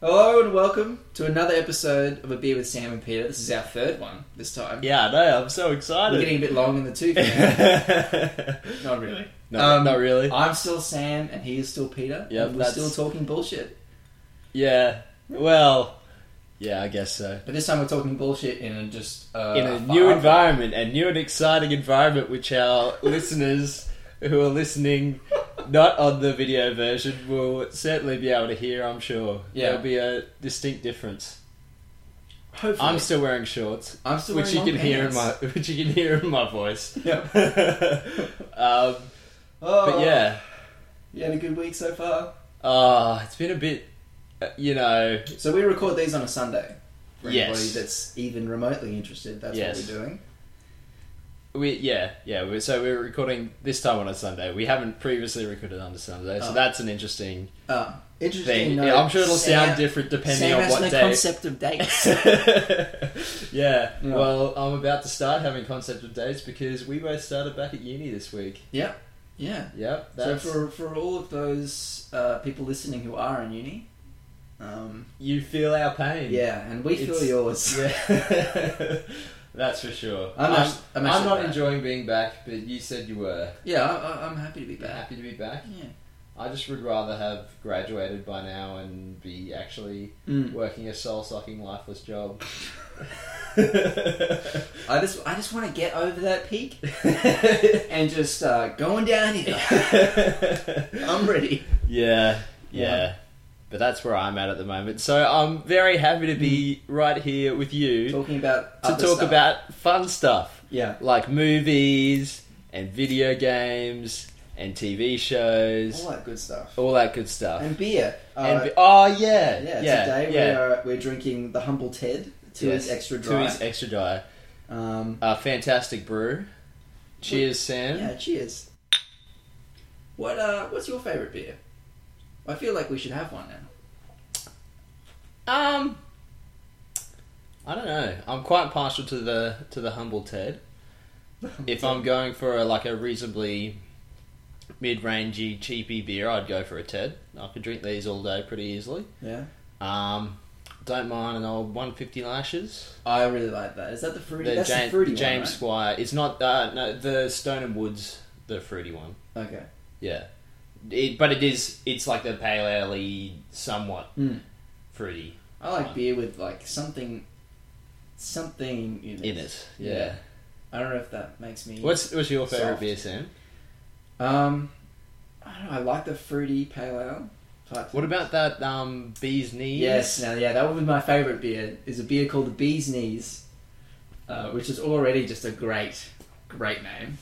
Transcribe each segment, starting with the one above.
Hello and welcome to another episode of A Beer with Sam and Peter. This is our third one this time. Yeah, I know. I'm so We're excited. getting a bit long in the tooth. now. no, Not really. Um, not really. I'm still Sam and he is still Peter. Yep, and we're that's- still talking bullshit. Yeah. Well, yeah, I guess so. But this time we're talking bullshit in a just uh, In a far- new environment, a new and exciting environment, which our listeners who are listening, not on the video version, will certainly be able to hear. I'm sure. Yeah. There'll be a distinct difference. Hopefully, I'm still wearing shorts. I'm still which you wearing can long hear in my pants. which you can hear in my voice. Yep. um, Oh, but yeah, you had a good week so far. uh, it's been a bit, uh, you know, So we record these on a Sunday. For Yes. anybody that's even remotely interested, that's Yes. what we're doing. we yeah yeah. We're, so we're recording this time on a Sunday. We haven't previously recorded on a Sunday, so Oh. that's an interesting Uh, interesting. thing. note, Yeah, I'm sure it'll Sam- sound different depending Sam on has what no day. concept of dates. yeah. Yeah. Well, I'm about to start having concept of dates because we both started back at uni this week. yeah, yeah. Yep. That's, So for for all of those uh, people listening who are in uni, um, you feel our pain. yeah, and we feel Hmm. It's- yours. Yeah, that's for sure. I'm I'm, act- I'm I'm actually not back. enjoying being back, but you said you were. Yeah, I, I, I'm happy to be You're back. happy to be back. Yeah. I just would rather have graduated by now and be actually Mm. working a soul sucking lifeless job. I just I just want to get over that peak and just uh, going down here. I'm ready. yeah, yeah. But that's where I'm at at the moment. So I'm very happy to be right here with you Talking about to Mm. other talk stuff. about fun stuff. yeah. like movies and video games and TV shows, All that good stuff. all that good stuff. And beer. Uh, Oh. And be- oh yeah, yeah, yeah, yeah. Today we are we're drinking the humble Ted to his Yes, extra dry. Tui's extra dry. um, A fantastic brew. Cheers, Sam. yeah. Cheers. What uh? What's your favorite beer? I feel like we should have one now. Um, I don't know. I'm quite partial to the to the humble Ted. If I'm going for a, like a reasonably mid-rangey, cheapy beer, I'd go for a Ted. I could drink these all day pretty easily. yeah, Um, don't mind an old 150 lashes. I really like that. Is that the fruity? The That's James, the fruity James one, Squire. It's not uh, no the Stone and Woods, the fruity one. right? Okay. Yeah, it, but it is. It's like the pale ale, somewhat Mm. fruity I like beer with like something, something in it. in it. Yeah. Yeah. I don't know if that makes me. What's what's your favorite Soft. beer, Sam? um? I don't know. I like the fruity pale ale type. What about that um bee's knees? Yes, now yeah, that would be my favourite beer. Is a beer called the Bee's Knees, uh, which is already just a great, great name.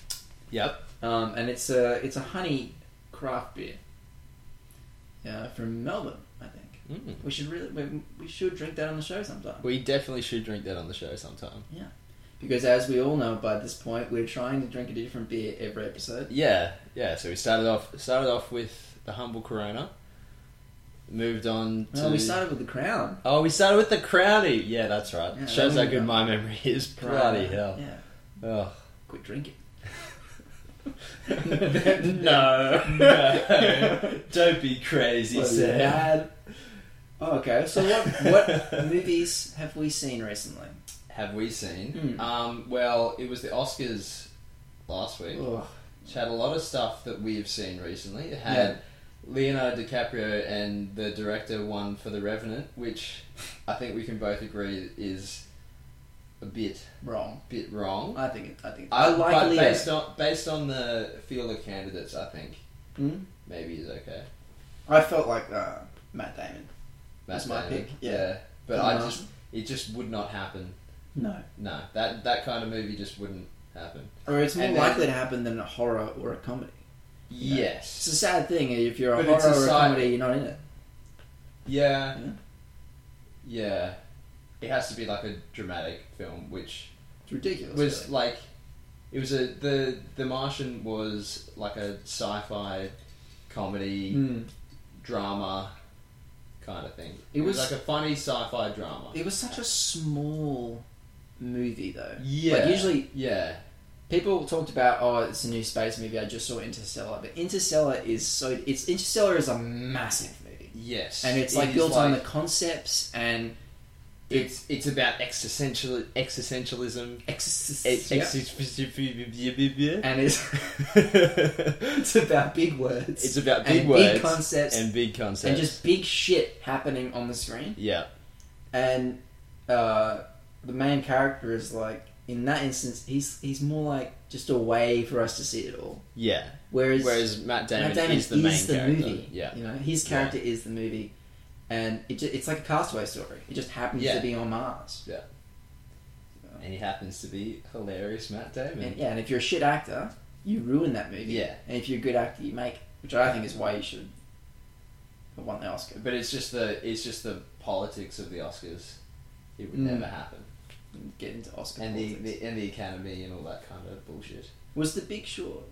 Yep. Um, and it's a it's a honey craft beer. Yeah, from Melbourne, I think. Mm. We should really we, we should drink that on the show sometime. We definitely should drink that on the show sometime. Because as we all know by this point, we're trying to drink a different beer every episode. Yeah, yeah. So we started off started off with the humble Corona. Moved on to Well, we started with the Crown. Oh, we started with the Crowley. Yeah, that's right. Yeah, Shows that how was- good my memory is. Bloody hell. Yeah, Ugh. quit drinking. no, no, don't be crazy, Bloody Sam. bad. Oh, okay, so what what movies have we seen recently? Have we seen? Hmm. Um, well, it was the Oscars last week, Ugh. which had a lot of stuff that we have seen recently. It had Leonardo DiCaprio and the director won for The Revenant, which I think we can both agree is a bit, Wrong. bit wrong. I think it, I think I like but Leo. based on based on the field of candidates, I think Hmm? maybe is okay. I felt like uh, Matt Damon. That's my Damon, pick, yeah. but I Um, just it just would not happen. no. No, that that kind of movie just wouldn't happen. Or it's more And then- likely to happen than a horror or a comedy. Yeah. It's Yes. a sad thing if you're a But it's horror a or a side- comedy, you're not in it. Yeah. Yeah. Yeah. It has to be like a dramatic film, which It's ridiculous. was really. like it was a the the Martian was like a sci-fi comedy Mm. drama kind of thing. It It, was, was- like a funny sci-fi drama. It was such a small movie, though. yeah. Like, usually yeah. people talked about, oh, it's a new space movie. I just saw Interstellar, but Interstellar is so. It's Interstellar is a massive movie. Yes, and it's It like is built on the concepts and it's it's about existential existentialism. ex- Ex- yeah. ex- and it's it's about big words. It's about and big words big concepts, and big concepts. and just big shit happening on the screen. yeah, and uh, the main character is like in that instance he's he's more like just a way for us to see it all yeah. whereas, Whereas Matt Damon, Matt Damon is the main character. movie Yeah, you know his character is the movie and it ju- it's like a castaway story it just happens Yeah. to be on Mars and he happens to be hilarious, Matt Damon. and yeah and if you're a shit actor you ruin that movie Mm-hmm. Yeah. and if you're a good actor you make which I think is why you should have won the Oscar But it's just the it's just the politics of the Oscars. It would Mm. never happen. and get into Oscar And the, politics. the and the Academy and all that kind of bullshit. was The Big Short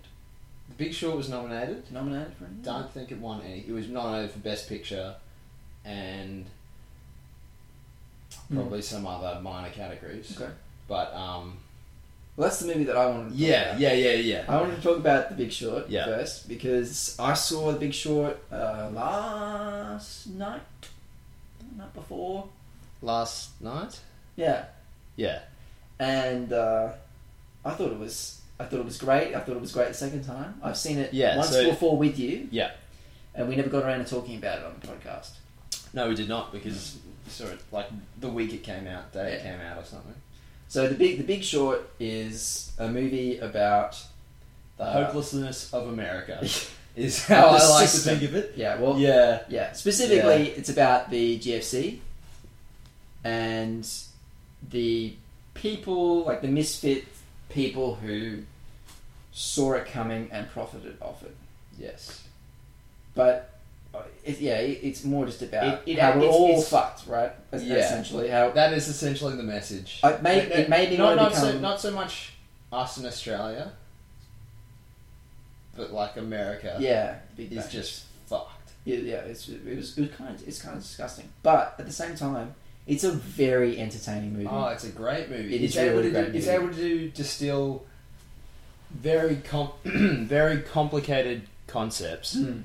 The Big Short was nominated. nominated for anything Don't think it won any. It was nominated for Best Picture, and Hmm. probably some other minor categories. okay But um, well that's the movie that I wanted to talk yeah, about. yeah, yeah, yeah. I wanted to talk about The Big Short Yeah. first because I saw The Big Short uh, last night, night before. Last night. Yeah, Yeah, and uh, I thought it was I thought it was great. I thought it was great the second time. I've seen it Yeah, once so- before with you. Yeah. and we never got around to talking about it on the podcast. no, we did not because we saw it like the week it came out, day it Yeah. came out, or something. So the big The Big Short is a movie about The uh, hopelessness of America is how I The like to system. think of it. Yeah, well, Yeah, Yeah, specifically, it's about the GFC and the people, like the misfit people who saw it coming and profited off it. yes. But uh, it, yeah, it, it's more just about It- it- how we're it's- all it's- fucked, right? Es- Yeah. Essentially, how That is essentially the message. I- may- it made me not, wanna not so become- not so much us in Australia, but like America yeah, big is bang. just fucked. yeah, yeah, it's it was, it was kind of it's kind of disgusting, but at the same time, it's a very entertaining movie. Oh, it's a great movie. It it's is really able to great do, it's movie. able to do- distill very com- very complicated concepts Mm.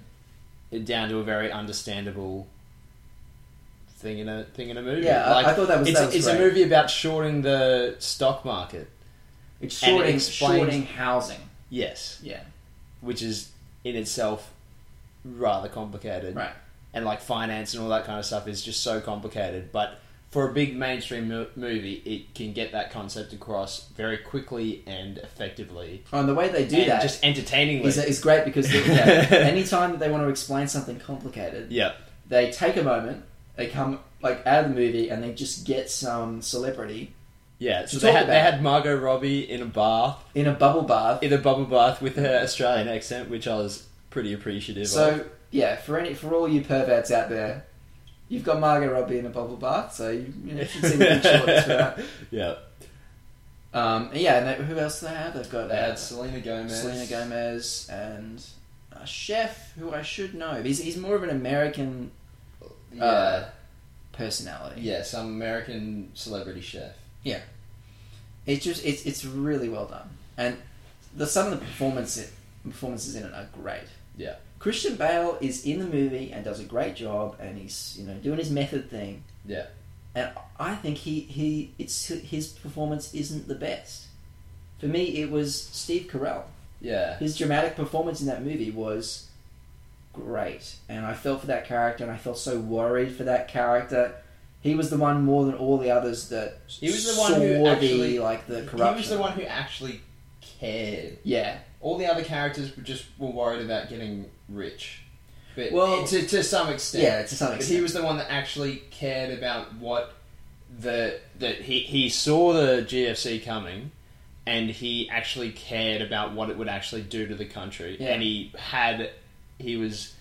down to a very understandable thing in a thing in a movie. Yeah, I- like, I thought that was it's, that was it's great. a movie about shorting the stock market. It's and it shorting, explains- shorting housing. Yes, Yeah, which is in itself rather complicated. right. and like finance and all that kind of stuff is just so complicated. But for a big mainstream mo- movie, it can get that concept across very quickly and effectively, And the way they do and that just entertainingly. is, is great because they, yeah, anytime that they want to explain something complicated, yeah, they take a moment, they come like out of the movie, and they just get some celebrity yeah. So Talk they had about they it. had Margot Robbie in a bath in a bubble bath. in a bubble bath with her Australian accent, which I was pretty appreciative of. So yeah, for any for all you perverts out there, you've got Margot Robbie in a bubble bath, so you, you, know, you should see the big shorts for that. yeah, Um, yeah, and they, who else do they have? They've got they had uh, Selena Gomez. Selena Gomez and a chef who I should know. He's he's more of an American Yeah, Uh, personality. yeah, some American celebrity chef. It's just it's it's really well done, and the some of the performances performances in it are great. Yeah. Christian Bale is in the movie and does a great job, and he's you know doing his method thing. Yeah. and I think he he it's his performance isn't the best. For me, it was Steve Carell. Yeah, His dramatic performance in that movie was great, and I felt for that character, and I felt so worried for that character. He was the one more than all the others that He was the one saw who actually- the, like the corruption. he was the one who actually cared. Yeah, all the other characters were just were worried about getting rich. But Well- to, to some extent, yeah, to some But extent. he was the one that actually cared about what the that he he saw the GFC coming, and he actually cared about what it would actually do to the country, Yeah. and he had he was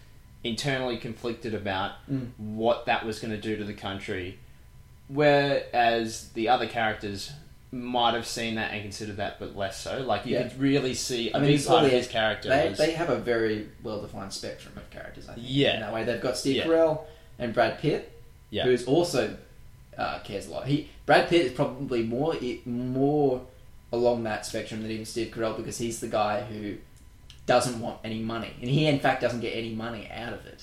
internally conflicted about Mm. what that was going to do to the country, whereas the other characters. Might have seen that and considered that, but less so. Like you Yeah. could really see a I mean, big it's part all of the- his character. they, was, they have a very well defined spectrum of characters. I think. Yeah. in that way they've got Steve Yeah. Carell and Brad Pitt, Yeah. who's also uh, cares a lot. He Brad Pitt is probably more i- more along that spectrum than even Steve Carell because he's the guy who doesn't want any money, and he in fact doesn't get any money out of it.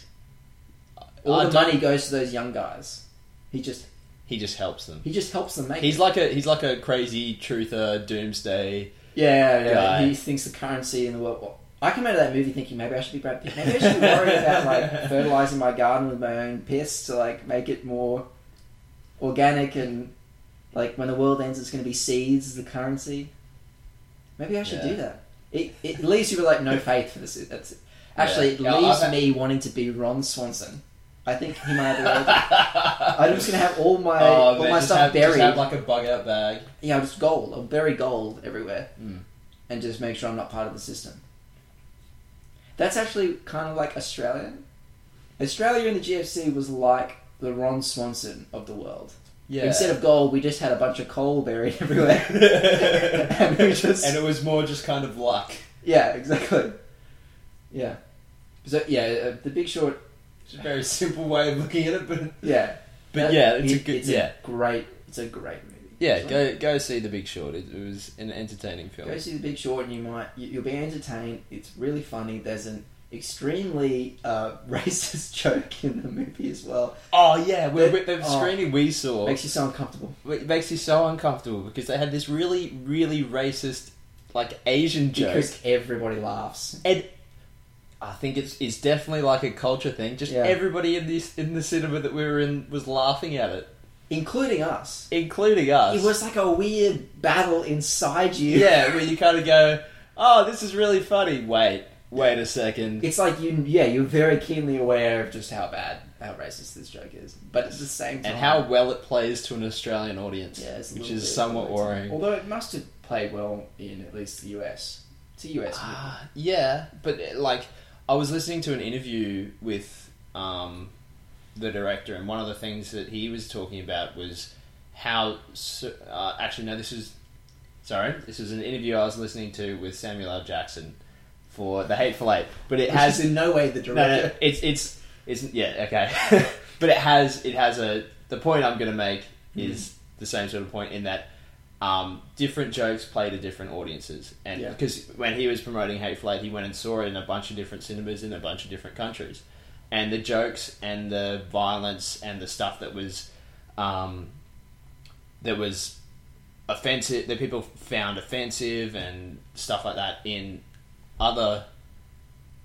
All I the don't- money goes to those young guys. He just He just helps them. he just helps them make. He's it. like a he's like a crazy truther doomsday. yeah, yeah. guy. He thinks the currency in the world. Well, I came out of that movie thinking maybe I should be Brad Pitt. Maybe I should worry about like fertilizing my garden with my own piss to like make it more organic and like when the world ends, it's going to be seeds as the currency. Maybe I should Yeah. do that. It it leaves you with like no faith for this. That's actually it Yeah. Yeah, leaves I've- me wanting to be Ron Swanson. I think he might have. I'm just gonna have all my all Oh, man, my just stuff have, buried. Just have like a bug out bag. yeah, I'll just gold. I'll bury gold everywhere, Mm. and just make sure I'm not part of the system. That's actually kind of like Australia. Australia in the GFC was like the Ron Swanson of the world. Yeah. Instead of gold, we just had a bunch of coal buried everywhere. and we just and it was more just kind of luck. yeah, exactly. Yeah. So yeah, uh, the Big Short. It's a very simple way of looking at it, but Yeah, but That- yeah, it's a it- good it's yeah great. It's a great movie. yeah. It's Go go see The Big Short. It, it was an entertaining film. Go see The Big Short, and you might you, you'll be entertained. It's really funny. There's an extremely uh, racist joke in the movie as well. Oh yeah, we, But- we, the oh. screening we saw Makes you so uncomfortable. it makes you so uncomfortable because they had this really really racist like Asian joke. Because everybody laughs. I think it's it's definitely like a culture thing. Just Yeah. everybody in this in the cinema that we were in was laughing at it, Including us. including us. It was like a weird battle inside you. yeah, where you kind of go, "Oh, this is really funny." Wait, wait a second. It's like you, yeah, you're very keenly aware of just how bad, how racist this joke is. But at the same time, And how well it plays to an Australian audience, yeah, it's a which little is bit- somewhat worrying. Although it must have played well in at least the US. It's a US. movie. Ah, yeah, but uh, like I was listening to an interview with um, the director, and one of the things that he was talking about was how. so- Uh, actually, no, this is sorry, this is an interview I was listening to with Samuel L. Jackson for The Hateful Eight, but it Which has is in no way the no, director. no, it's it's it's yeah okay, but it has it has a the point I'm going to make Hmm. is the same sort of point in that um, different jokes play to different audiences, and Yeah. because when he was promoting Hateful Eight, he went and saw it in a bunch of different cinemas in a bunch of different countries, and the jokes and the violence and the stuff that was um, that was offensive that people found offensive and stuff like that in other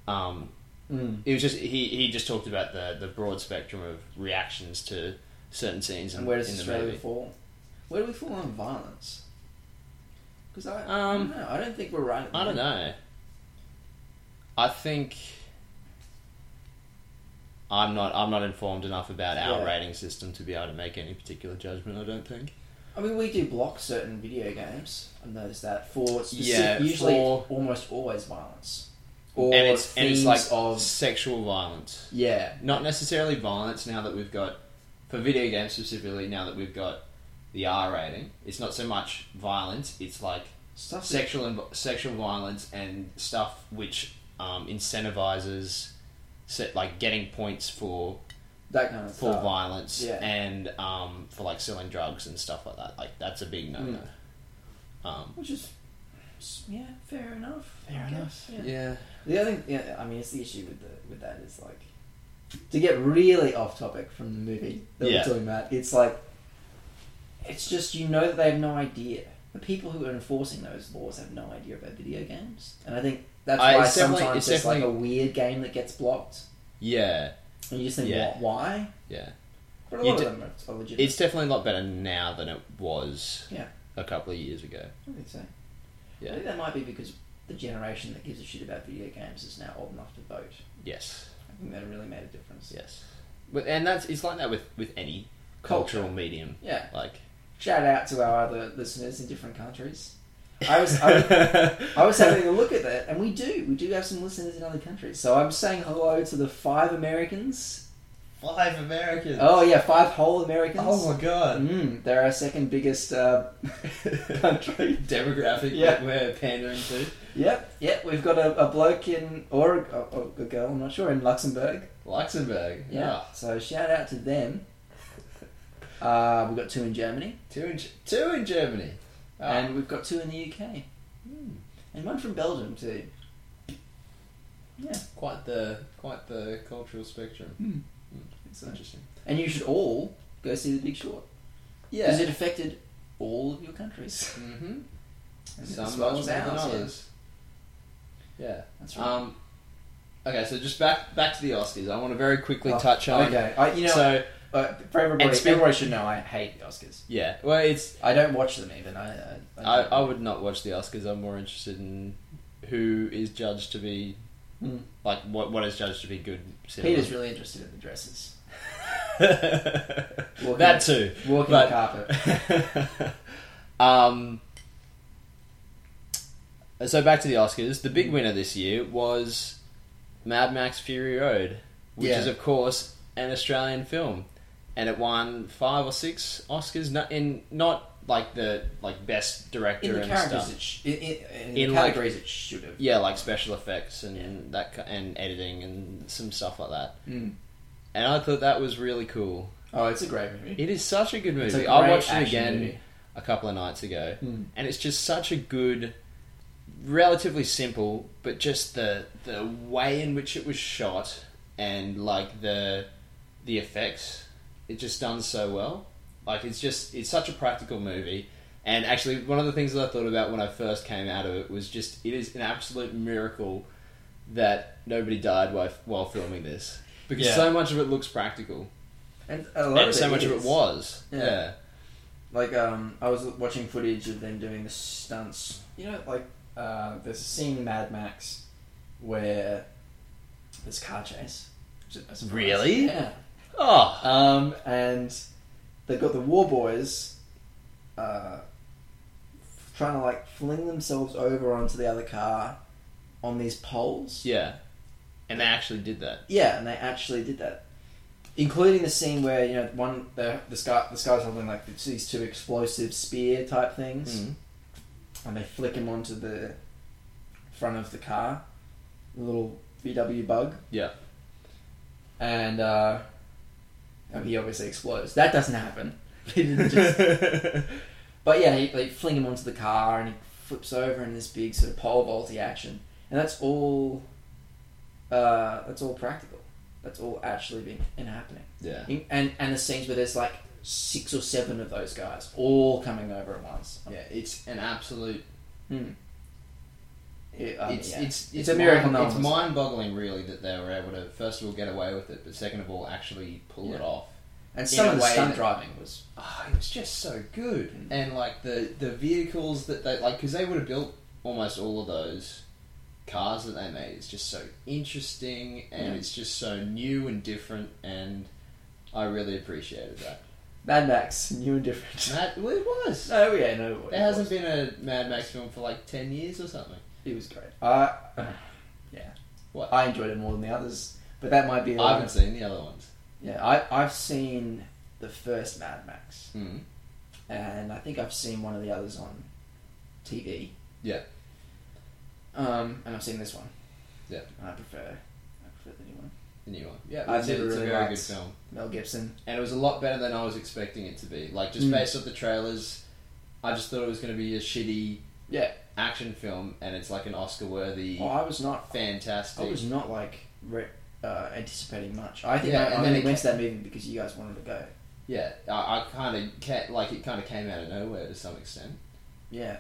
um, Mm. it was just he, he just talked about the, the broad spectrum of reactions to certain scenes in, And where does in the Australia movie. fall? Where do we fall on violence? Because I, Um, I don't know. I don't think we're right. At the I don't moment. know. I think I'm not I'm not informed enough about our Yeah. rating system to be able to make any particular judgment. I don't think. I mean, we do block certain video games. I've noticed that for specific, Yeah, usually for- almost always violence or and it's and it's themes like of sexual violence, yeah, not necessarily violence. Now that we've got for video games specifically, now that we've got the R rating, it's not so much violence. It's like stuff. that- sexual inv- sexual violence and stuff which um, incentivizes set, like getting points for that kind of for stuff. violence yeah. and um, for like selling drugs and stuff like that. Like that's a big no no. Um, which is yeah, Hmm. fair enough. I guess, Yeah. Yeah. The other thing, yeah, I mean, it's the issue with the with that is like to get really off topic from the movie that Yeah. we're talking about. It's like it's just you know that they have no idea. The people who are enforcing those laws have no idea about video games, and I think that's I- why it's definitely- sometimes it's there's like a definitely- weird game that gets blocked, Yeah. and you just think, "Wha- Yeah. why? Yeah. But a You lot d- of them are, are legitimate. It's definitely a lot better now than it was. Yeah. A couple of years ago. I think so. I Yeah. think that might be because the generation that gives a shit about video games is now old enough to vote. Yes. I think that really made a difference. Yes. But, and that's it's like that with with any cultural medium. yeah. Like. Shout out to our other listeners in different countries. I was I, was- I was having a look at that, and we do we do have some listeners in other countries. So I'm saying hello to the five Americans. five Americans. Oh yeah, five whole Americans. Oh my god. Mm, they're our second biggest. Uh, Country demographic Yeah. that we're pandering to. yep, yep. We've got a, a bloke in or a, or a girl. I'm not sure in Luxembourg. Luxembourg. Yeah. So shout out to them. Uh, we've got two in Germany, Two in Ge- two in Germany. Ah. and we've got two in the UK, Hmm. and one from Belgium too. Yeah. quite the quite the cultural spectrum. So. Interesting. And you should all go see The Big Short Yeah. because it affected all of your countries. mm-hmm. And it Some was more than ours, yeah. others. Yeah. That's right. Um, okay, so just back back to the Oscars. I want to very quickly Oh, touch on. Okay, I, you know, so uh, for everybody, And speak- everybody should know I hate the Oscars. yeah, well, it's I don't watch them even. I uh, I, I, don't. I would not watch the Oscars. I'm more interested in who is judged to be Hmm. like what what is judged to be good. cinema. Peter's really interested in the dresses. Walking- that too. Walking But- the carpet. um, so back to the Oscars. The Mm. big winner this year was Mad Max Fury Road, which Yeah. is of course an Australian film, and it won five or six Oscars. Not in not like the like best director In the and characters, stuff. it sh- in, in, in, In, the like- categories it should have. Yeah, like special effects and Yeah. that ki- and editing and some stuff like that. Mm. And I thought that was really cool. Oh, it's a great movie. It is such a good It's a movie. I great watched it action again movie. a couple of nights ago, Mm. and it's just such a good, relatively simple, but just the the way in which it was shot and like the the effects, it just done so well. Like it's just it's such a practical movie. And actually, one of the things that I thought about when I first came out of it was just it is an absolute miracle that nobody died while while filming this because Yeah. so much of it looks practical And a lot and so much of it is. was. Yeah. Yeah. Like, um, I was watching footage of them doing the stunts. You know, like, uh, there's a scene in Mad Max where there's a car chase. which is a surprise. Really? Yeah. Oh. Um, and they've got the war boys uh, trying to, like, fling themselves over onto the other car on these poles. Yeah. And they actually did that. Yeah, and they actually did that, including the scene where you know one the this guy this guy's holding like these two explosive spear type Hmm. things, and they flick him onto the front of the car, the little VW bug, Yeah. and uh, and he obviously explodes. That doesn't happen. They didn't just- yeah. but yeah, he, they fling him onto the car, and he flips over in this big sort of pole vaulty action, and that's all. Uh, that's all practical. That's all actually been and happening. In- and and the scenes where there's like six or seven of those guys all coming over at once. Yeah, it's an absolute. Hmm. It- I mean, It's, Um, yeah. it's, it's a miracle. Mind, no it's one was- mind-boggling, really, that they were able to first of all get away with it, but second of all, actually pull it Yeah. off. and in some a of the way stunt that- driving was Oh, it was just so good, Mm. and like the the vehicles that they like, because they would have built almost all of those cars that they made. It's just so interesting, and Mm. it's just so new and different, and I really appreciated that. Mad Max, new and different. That well, it was. Oh yeah, no, it There hasn't was. been a Mad Max film for like ten years or something. It was great. I Uh, yeah, What? I enjoyed it more than the others, but that might be. I Like, haven't seen the other ones. yeah, I I've seen the first Mad Max, Mm. and I think I've seen one of the others on TV. Yeah. Um, and I've seen this one. Yeah. And I prefer, I prefer the new one. The new one. Yeah, I've it's, a- never it's a really very liked- good film, Mel Gibson. and it was a lot better than I was expecting it to be. Like just Mm. based off the trailers, I just thought it was going to be a shitty Yeah. action film, and it's like an Oscar-worthy, Oh, I was not. I fantastic. was not like re- uh, anticipating much. I think Yeah, I, and I then only it went to that movie because you guys wanted to go. Yeah, I, I kind of like it. Kind of came out of nowhere to some extent. Yeah.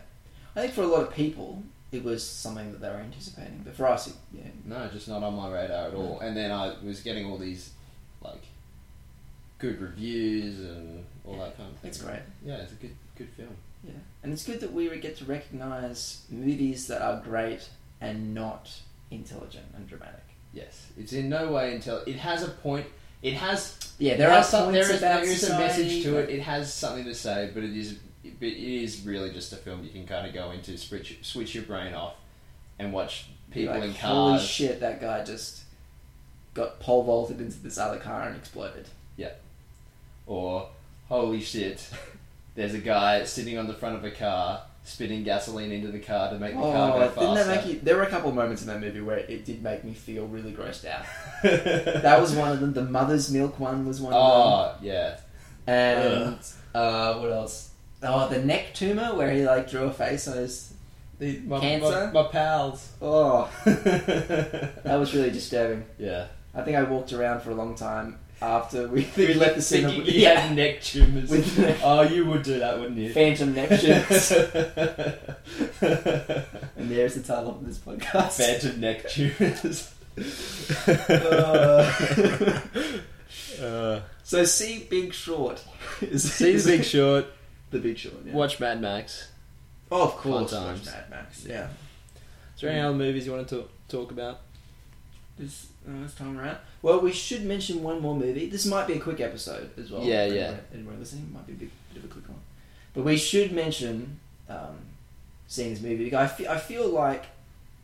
I think for a lot of people, it was something that they were anticipating, but for us, it, yeah. No, just not on my radar at Hmm. all. And then I was getting all these like good reviews and all that kind of thing. It's great. Yeah, it's a good good film. Yeah. And it's good that we get to recognize movies that are great and not intelligent and dramatic. Yes, it's in no way until it has a point. It has Yeah, there it are has some, some, there points is about there is a society, message to but- it. It has something to say, but it is but it is really just a film you can kind of go into switch switch your brain off and watch people like, in Holy cars. shit, that guy just got pole vaulted into this other car and exploded. or holy shit, there's a guy sitting on the front of a car spitting gasoline into the car to make the car go Oh, faster. didn't that make you? There were a couple of moments in that movie where it did make me feel really grossed out. That was one of them. The mother's milk one was one of Oh yeah, them. And uh, what else? Oh, the neck tumor where he like drew a face on his. the, my, Cancer? My, my pals. Oh, that was really disturbing. yeah. I think I walked around for a long time after we, we left the cinema. Thinking with- he yeah. had neck tumours. With the- oh, you would do that, wouldn't you? Phantom Neptunes. Phantom and there's the title of this podcast. neck tumours. Uh. uh, So see Big Short. Is- see the Big Short. The Big Short. Yeah. Watch Mad Max. Oh, of Fun course. times. Watch Mad Max. Yeah. Is there any other movies you want to talk, talk about? This, uh, this time around. Well, we should mention one more movie. This might be a quick episode as well. Yeah, for yeah. Anyone, anyone listening It might be a big, bit of a quick one. But we should mention um, seeing this movie. I feel, I feel like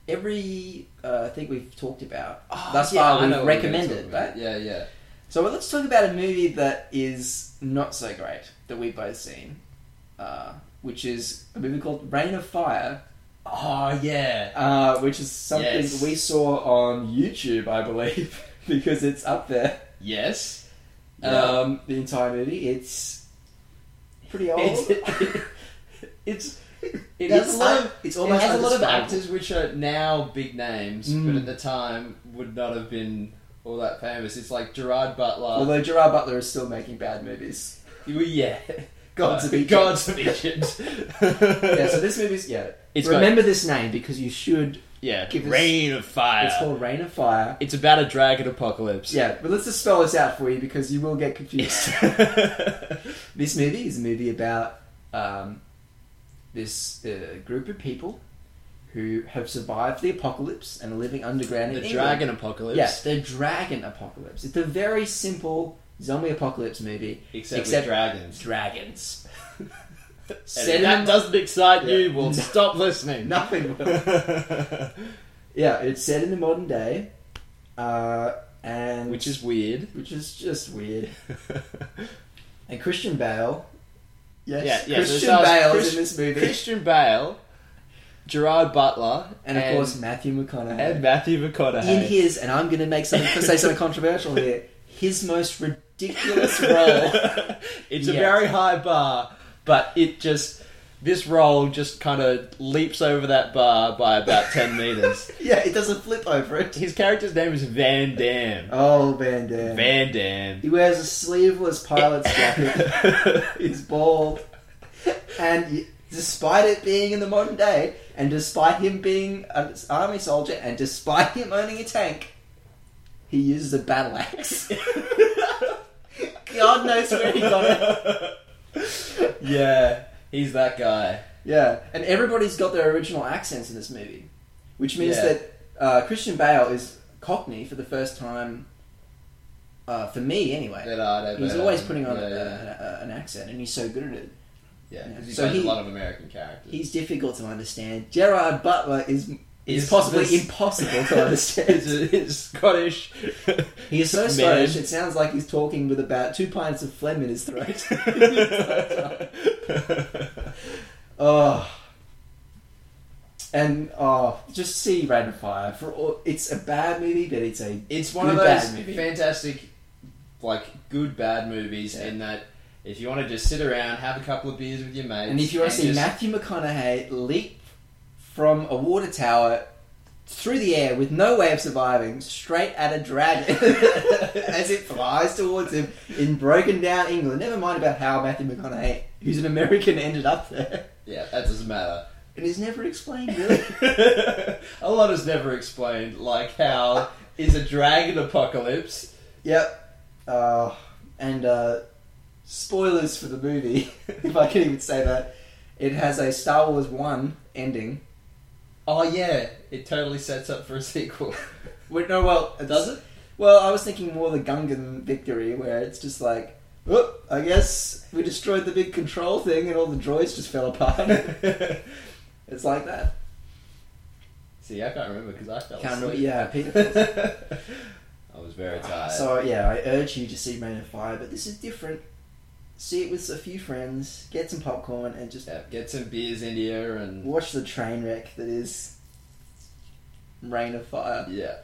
every uh, thing we've talked about thus far Oh, I know we've what we're gonna recommended, talk about. right? Yeah, yeah. So well, let's talk about a movie that is not so great that we've both seen, uh, which is a movie called Rain of Fire, Oh, yeah. uh, which is something Yes. we saw on YouTube, I believe, because it's up there. Yes. Um, the entire movie, it's pretty old. It's, it's, it That's has a lot un- of, it's it's almost almost it has a lot of undescribable. actors which are now big names, Mm. but at the time would not have been all that famous. It's like Gerard Butler. Although Gerard Butler is still making bad movies. Well, yeah. Gods of Egypt. Uh, Gods of Egypt. Yeah, so this movie's yeah. It's Remember this name because you should. yeah, give us- Rain of Fire. It's called Rain of Fire. It's about a dragon apocalypse. Yeah, but let's just spell this out for you because you will get confused. this movie is a movie about um, this uh, group of people who have survived the apocalypse and are living underground. in the England. dragon apocalypse. Yes, the dragon apocalypse. It's a very simple zombie apocalypse movie. Except, Except- with dragons. Dragons. And Send if that them- doesn't excite Yeah. you, well, stop listening. nothing. will. yeah, it's set in the modern day, uh, and Which is weird. which is just weird. And Christian Bale. Yes, Yeah, yeah, so Christian it stars Bale is Chris- in this movie. Christian Bale, Gerard Butler, and of course Matthew McConaughey. and Matthew McConaughey. in his, and I'm going to make something say something controversial here. His most ridiculous role. Yes. it's a very high bar, but it just this role just kind of leaps over that bar by about ten meters. yeah, it doesn't flip over it. His character's name is Van Dam. Oh, Van Damme. Van Dam. he wears a sleeveless pilot's jacket. He's bald, and y- despite it being in the modern day, and despite him being an army soldier, and despite him owning a tank, he uses a battle axe. God knows where he got it. it. Yeah, he's that guy. Yeah, and everybody's got their original accents in this movie, which means Yeah. that uh, Christian Bale is Cockney for the first time. Uh, for me, anyway, That art he's over- always putting on yeah, a, yeah. a- a- an accent, and he's so good at it. Yeah, 'cause he So he- plays a lot of American characters. He's difficult to understand. Gerard Butler is is, Is possibly this- impossible to He's understand. a- he's Scottish. He is so man. Scottish; it sounds like he's talking with about two pints of phlegm in his throat. Oh. And oh, just see Rain of Fire for all. It's a bad movie, but it's a it's one Good of bad those movie. fantastic, like good bad movies Yeah. in that if you want to just sit around, have a couple of beers with your mates, and if you want to see just- Matthew McConaughey leap from a water tower through the air with no way of surviving, straight at a dragon as it flies towards him in broken down England. Never mind about how Matthew McConaughey, who's an American, ended up there, yeah, that doesn't matter. and is never explained really. a lot is never explained, like how is a dragon apocalypse. Yep. Uh, and uh, spoilers for the movie, if I can even say that. It has a Star Wars 1 ending. Oh yeah, it totally sets up for a sequel. Wait, no, well, it Does it? Well, I was thinking more the Gungan victory, where it's just like, whoop, I guess we destroyed the big control thing and all the droids just fell apart. it's like that. See, I can't remember because I fell Can't remember, asleep. yeah, Peter I was very tired. So yeah, I urge you to see Rain of Fire, but this is different. See it with a few friends, get some popcorn, and just yeah, get some beers in here and watch the train wreck that is Rain of Fire. yeah,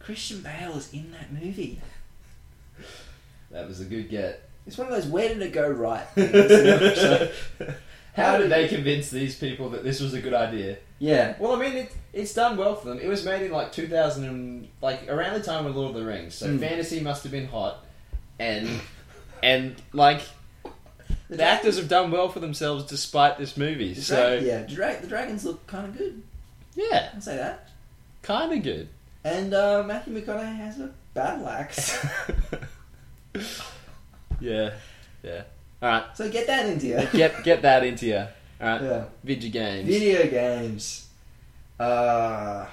Christian Bale is in that movie. that was a good get. It's one of those where did it go right? things. and How did they convince these people that this was a good idea? Yeah. Well, I mean, it, it's done well for them. It was made in like 2000, and, like around the time of Lord of the Rings, so Mm. fantasy must have been hot, and and like the actors have done well for themselves despite this movie. The So dra- yeah, dra- the dragons look kind of good. yeah, I'll say that. kind of good. And uh, Matthew McConaughey has a battle axe. yeah, yeah. All right, so get that into you. get get that into you. All right, Yeah. video games. Video games. Uh,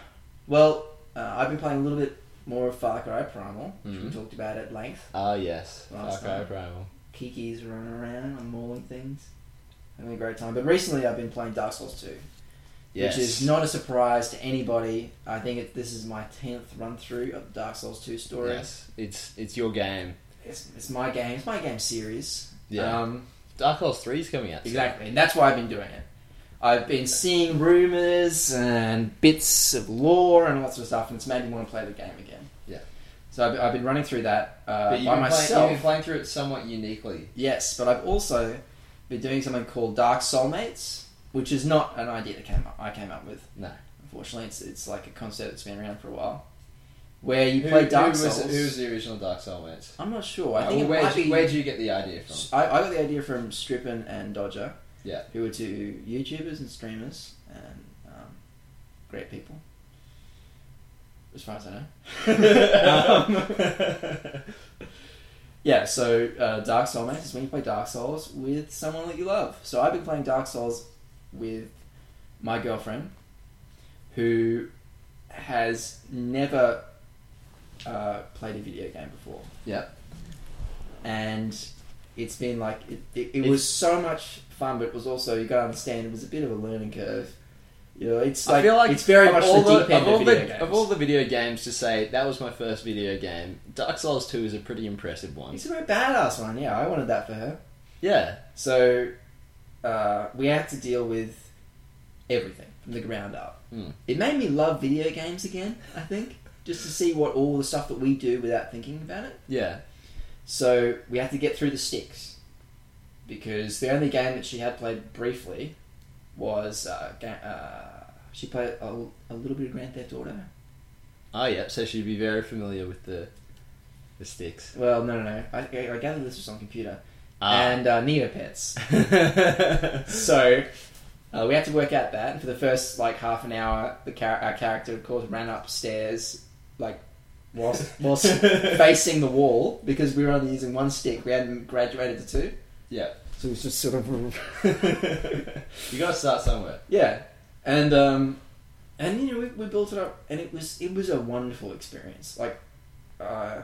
well, uh, I've been playing a little bit more of Far Cry Primal, which we Mhm. talked about at length. Ah yes, Last Far Cry time. Primal. Kiki's running around and mauling things. Having a great time. But recently I've been playing Dark Souls 2, Yes. which is not a surprise to anybody. I think it, this is my 10th run through of the Dark Souls 2 story. Yes, it's it's your game. It's, it's my game, it's my game series. Yeah. Um, Dark Souls Three is coming out. soon. Exactly, and that's why I've been doing it. I've been seeing rumors and bits of lore and all that sort of stuff, and it's made me want to play the game again. Yeah. So I've, I've been running through that uh, But you've by been, myself. playing, you've been playing through it somewhat uniquely. yes, but I've also been doing something called Dark Soulmates, which is not an idea that came up, I came up with. No. Unfortunately, it's, it's like a concept that's been around for a while, where you Who- play Dark who was- Souls. who was the original Dark Soulmates? I'm not sure. I think Uh, it where'd, might you, be- where'd you get the idea from? I, I got the idea from Strippin and Dodger. Yeah. Who were two YouTubers and streamers and um, great people. As far as I know. Um, yeah, so uh, Dark Soulmates is when you play Dark Souls with someone that you love. So I've been playing Dark Souls with my girlfriend, who has never uh, played a video game before Yeah. and it's been like it, it, it It's- was so much fun, but it was also you gotta understand it was a bit of a learning curve. You know, it's like, I feel like it's very much the all deep end of, all of video the, games. of all the video games to say that was my first video game. Dark Souls Two is a pretty impressive one. it's a very badass one. Yeah, I wanted that for her. Yeah. So uh, we had to deal with everything from the ground up. Mm. It made me love video games again. I think just to see what all the stuff that we do without thinking about it. Yeah. So we had to get through the sticks because the only game that she had played briefly was uh, ga- uh, she played a, a little bit of Grand Theft Auto. Oh yeah. So she'd be very familiar with the the sticks. Well, no, no, no. I, I I gathered this was on computer Ah. and uh, Neopets. so uh, we had to work out that. And for the first like half an hour, the char- our character, of course, ran upstairs like whilst, whilst facing the wall because we were only using one stick. We hadn't graduated to two, yeah. so it was just sort of. You got to start somewhere. Yeah, and um, and you know we, we built it up, and it was it was a wonderful experience. Like, uh,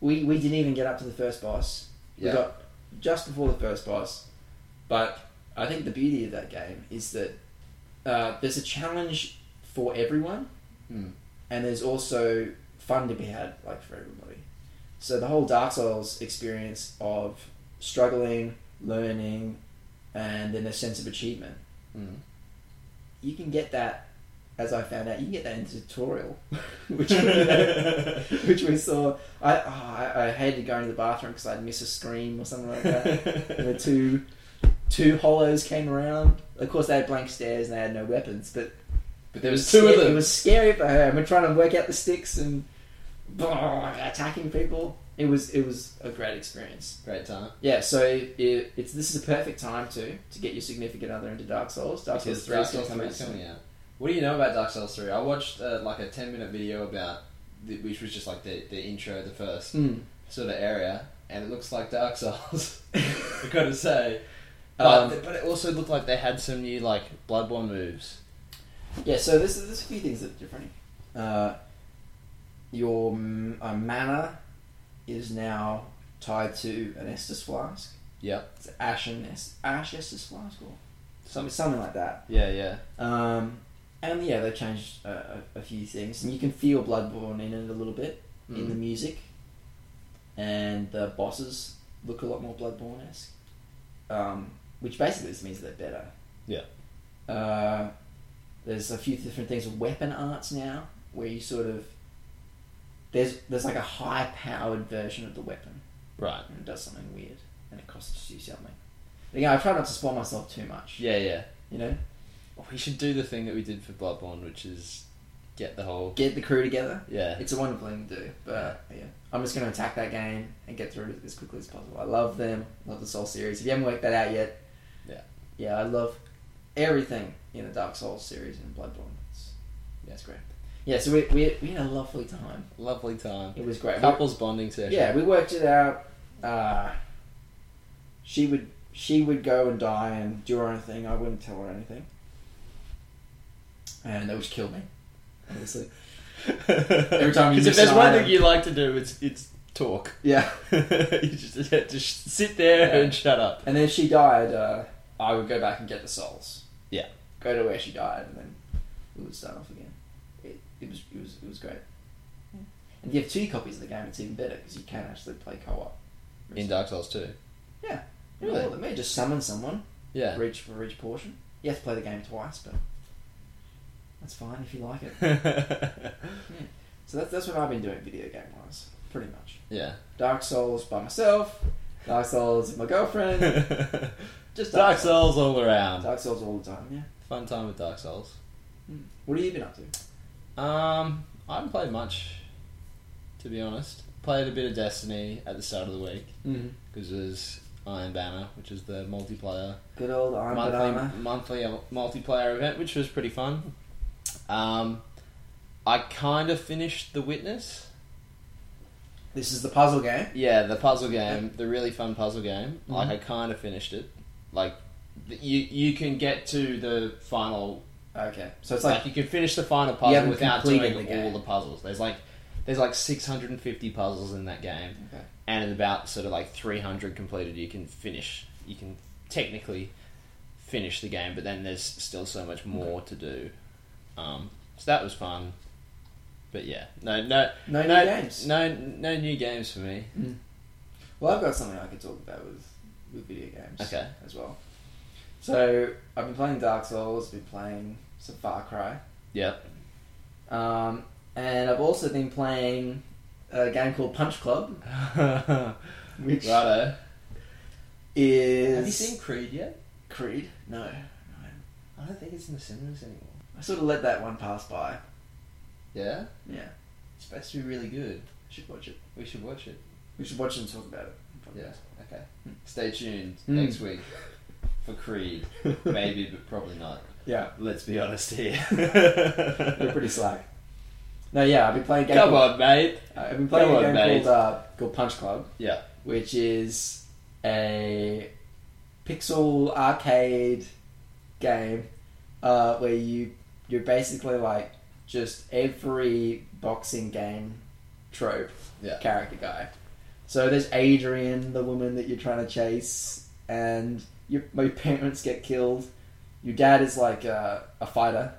we we didn't even get up to the first boss. Yeah. We got just before the first boss, but I think the beauty of that game is that uh, there's a challenge for everyone, Mm. and there's also fun to be had like for everybody. So the whole Dark Souls experience of struggling, learning, and then a sense of achievement Mm. you can get that as I found out, you can get that in the tutorial, which we, which we saw. I, oh, I I hated going to the bathroom because I'd miss a scream or something like that. and the two two hollows came around. Of course, they had blank stares and they had no weapons, but But it there was was two of sca- It them. was scary for her. and We're trying to work out the sticks and blah, attacking people. It was it was a great experience. Great time. Yeah, so it, it's this is a perfect time to to get your significant other into Dark Souls. Dark Souls Because three Dark is Souls going 3 to is coming out. What do you know about Dark Souls 3? I watched uh, like a 10 minute video about, the, which was just like the, the intro, the first Mm. sort of area, and it looks like Dark Souls, i got to say. But, Um, but it also looked like they had some new like Bloodborne moves. Yeah, so there's, there's a few things that are different. Uh, your m- uh, mana is now tied to an Estus flask. Yep. It's Ashen es- Ash Estus flask or something, Some, something like that. yeah, yeah. Um, and yeah, they changed uh, a, a few things. And you can feel Bloodborne in it a little bit in the Mm. music. And the bosses look a lot more Bloodborne esque. Um, which basically just means they're better. Yeah. Uh, there's a few different things with weapon arts now, where you sort of. There's, there's like a high powered version of the weapon, Right. and it does something weird, and it costs you something. again, I try not to spoil myself too much. Yeah, yeah. You know, We should do the thing that we did for Bloodborne, which is get the whole. get the crew together. Yeah. It's a wonderful thing to do, but yeah, I'm just going to attack that game and get through it as quickly as possible. I love them, love the Soul series. If you haven't worked that out yet, Yeah. yeah, I love everything in the Dark Souls series and Bloodborne. It's, Yeah. yeah, it's great. Yeah, so we, we, we had a lovely time. Lovely time. It was great. Couples bonding session. Yeah, we worked it out. Uh, she would she would go and die and do her own thing. I wouldn't tell her anything, and that would kill me. Obviously, Every time you Because if miss there's an one item- thing you like to do, it's it's talk. yeah. you just, yeah, just sit there Yeah. and shut up. And then if she died, uh, I would go back and get the souls. Yeah. Go to where she died, and then we would start off again. It, it was it was it was great. And if you have two copies of the game, it's even better because you can actually play co-op. In Dark Souls 2. Yeah. Really? Well, it may just summon someone. Yeah. for each for each portion. You have to play the game twice, but that's fine if you like it. So that's that's what I've been doing video game wise, pretty much. yeah. Dark Souls by myself, Dark Souls with my girlfriend, just Dark Souls all around. Dark Souls all the time. Yeah. Fun time with Dark Souls. What have you been up to? Um, I haven't played much, to be honest. Played a bit of Destiny at the start of the week Mm-hmm. because there's Iron Banner, which is the multiplayer Good old Iron Banana. monthly, monthly uh, multiplayer event, which was pretty fun. Um, I kind of finished The Witness. This is the puzzle game. Yeah, the puzzle game, the really fun puzzle game. Mm-hmm. Like I kind of finished it. Like th- you you can get to the final. Okay, so it's Like, like you can finish the final You puzzle haven't without completed doing the game. all the puzzles. There's like there's like 650 puzzles in that game, Okay. and in about sort of like 300 completed, you can finish. You can technically finish the game, but then there's still so much more to do. Um, so that was fun. But yeah, no, no, no new no games. no, no new games for me. Well, I've got something I could talk about with with video games. Okay. As well. So I've been playing Dark Souls. Been playing some Far Cry. Yeah, Um, and I've also been playing a game called Punch Club, which Righto. is. Have you seen Creed yet? Creed? No. no. I don't think it's in the cinemas anymore. I sort of let that one pass by. Yeah? Yeah, It's supposed to be really good. should watch it. We should watch it. We should watch it and talk about it. Yeah. Okay. Stay tuned Hmm. next week for Creed. Maybe, but probably not. Yeah, Let's be honest here. they're pretty slack. No, yeah, I've been playing a game Come called, on, mate. I've been playing Come a game on, mate. called, uh, called Punch Club, Yeah. which is a pixel arcade game uh, where you you're basically like just every boxing game trope Yeah. character guy. So there's Adrian, the woman that you're trying to chase, and your my parents get killed. Your dad is like a, a fighter,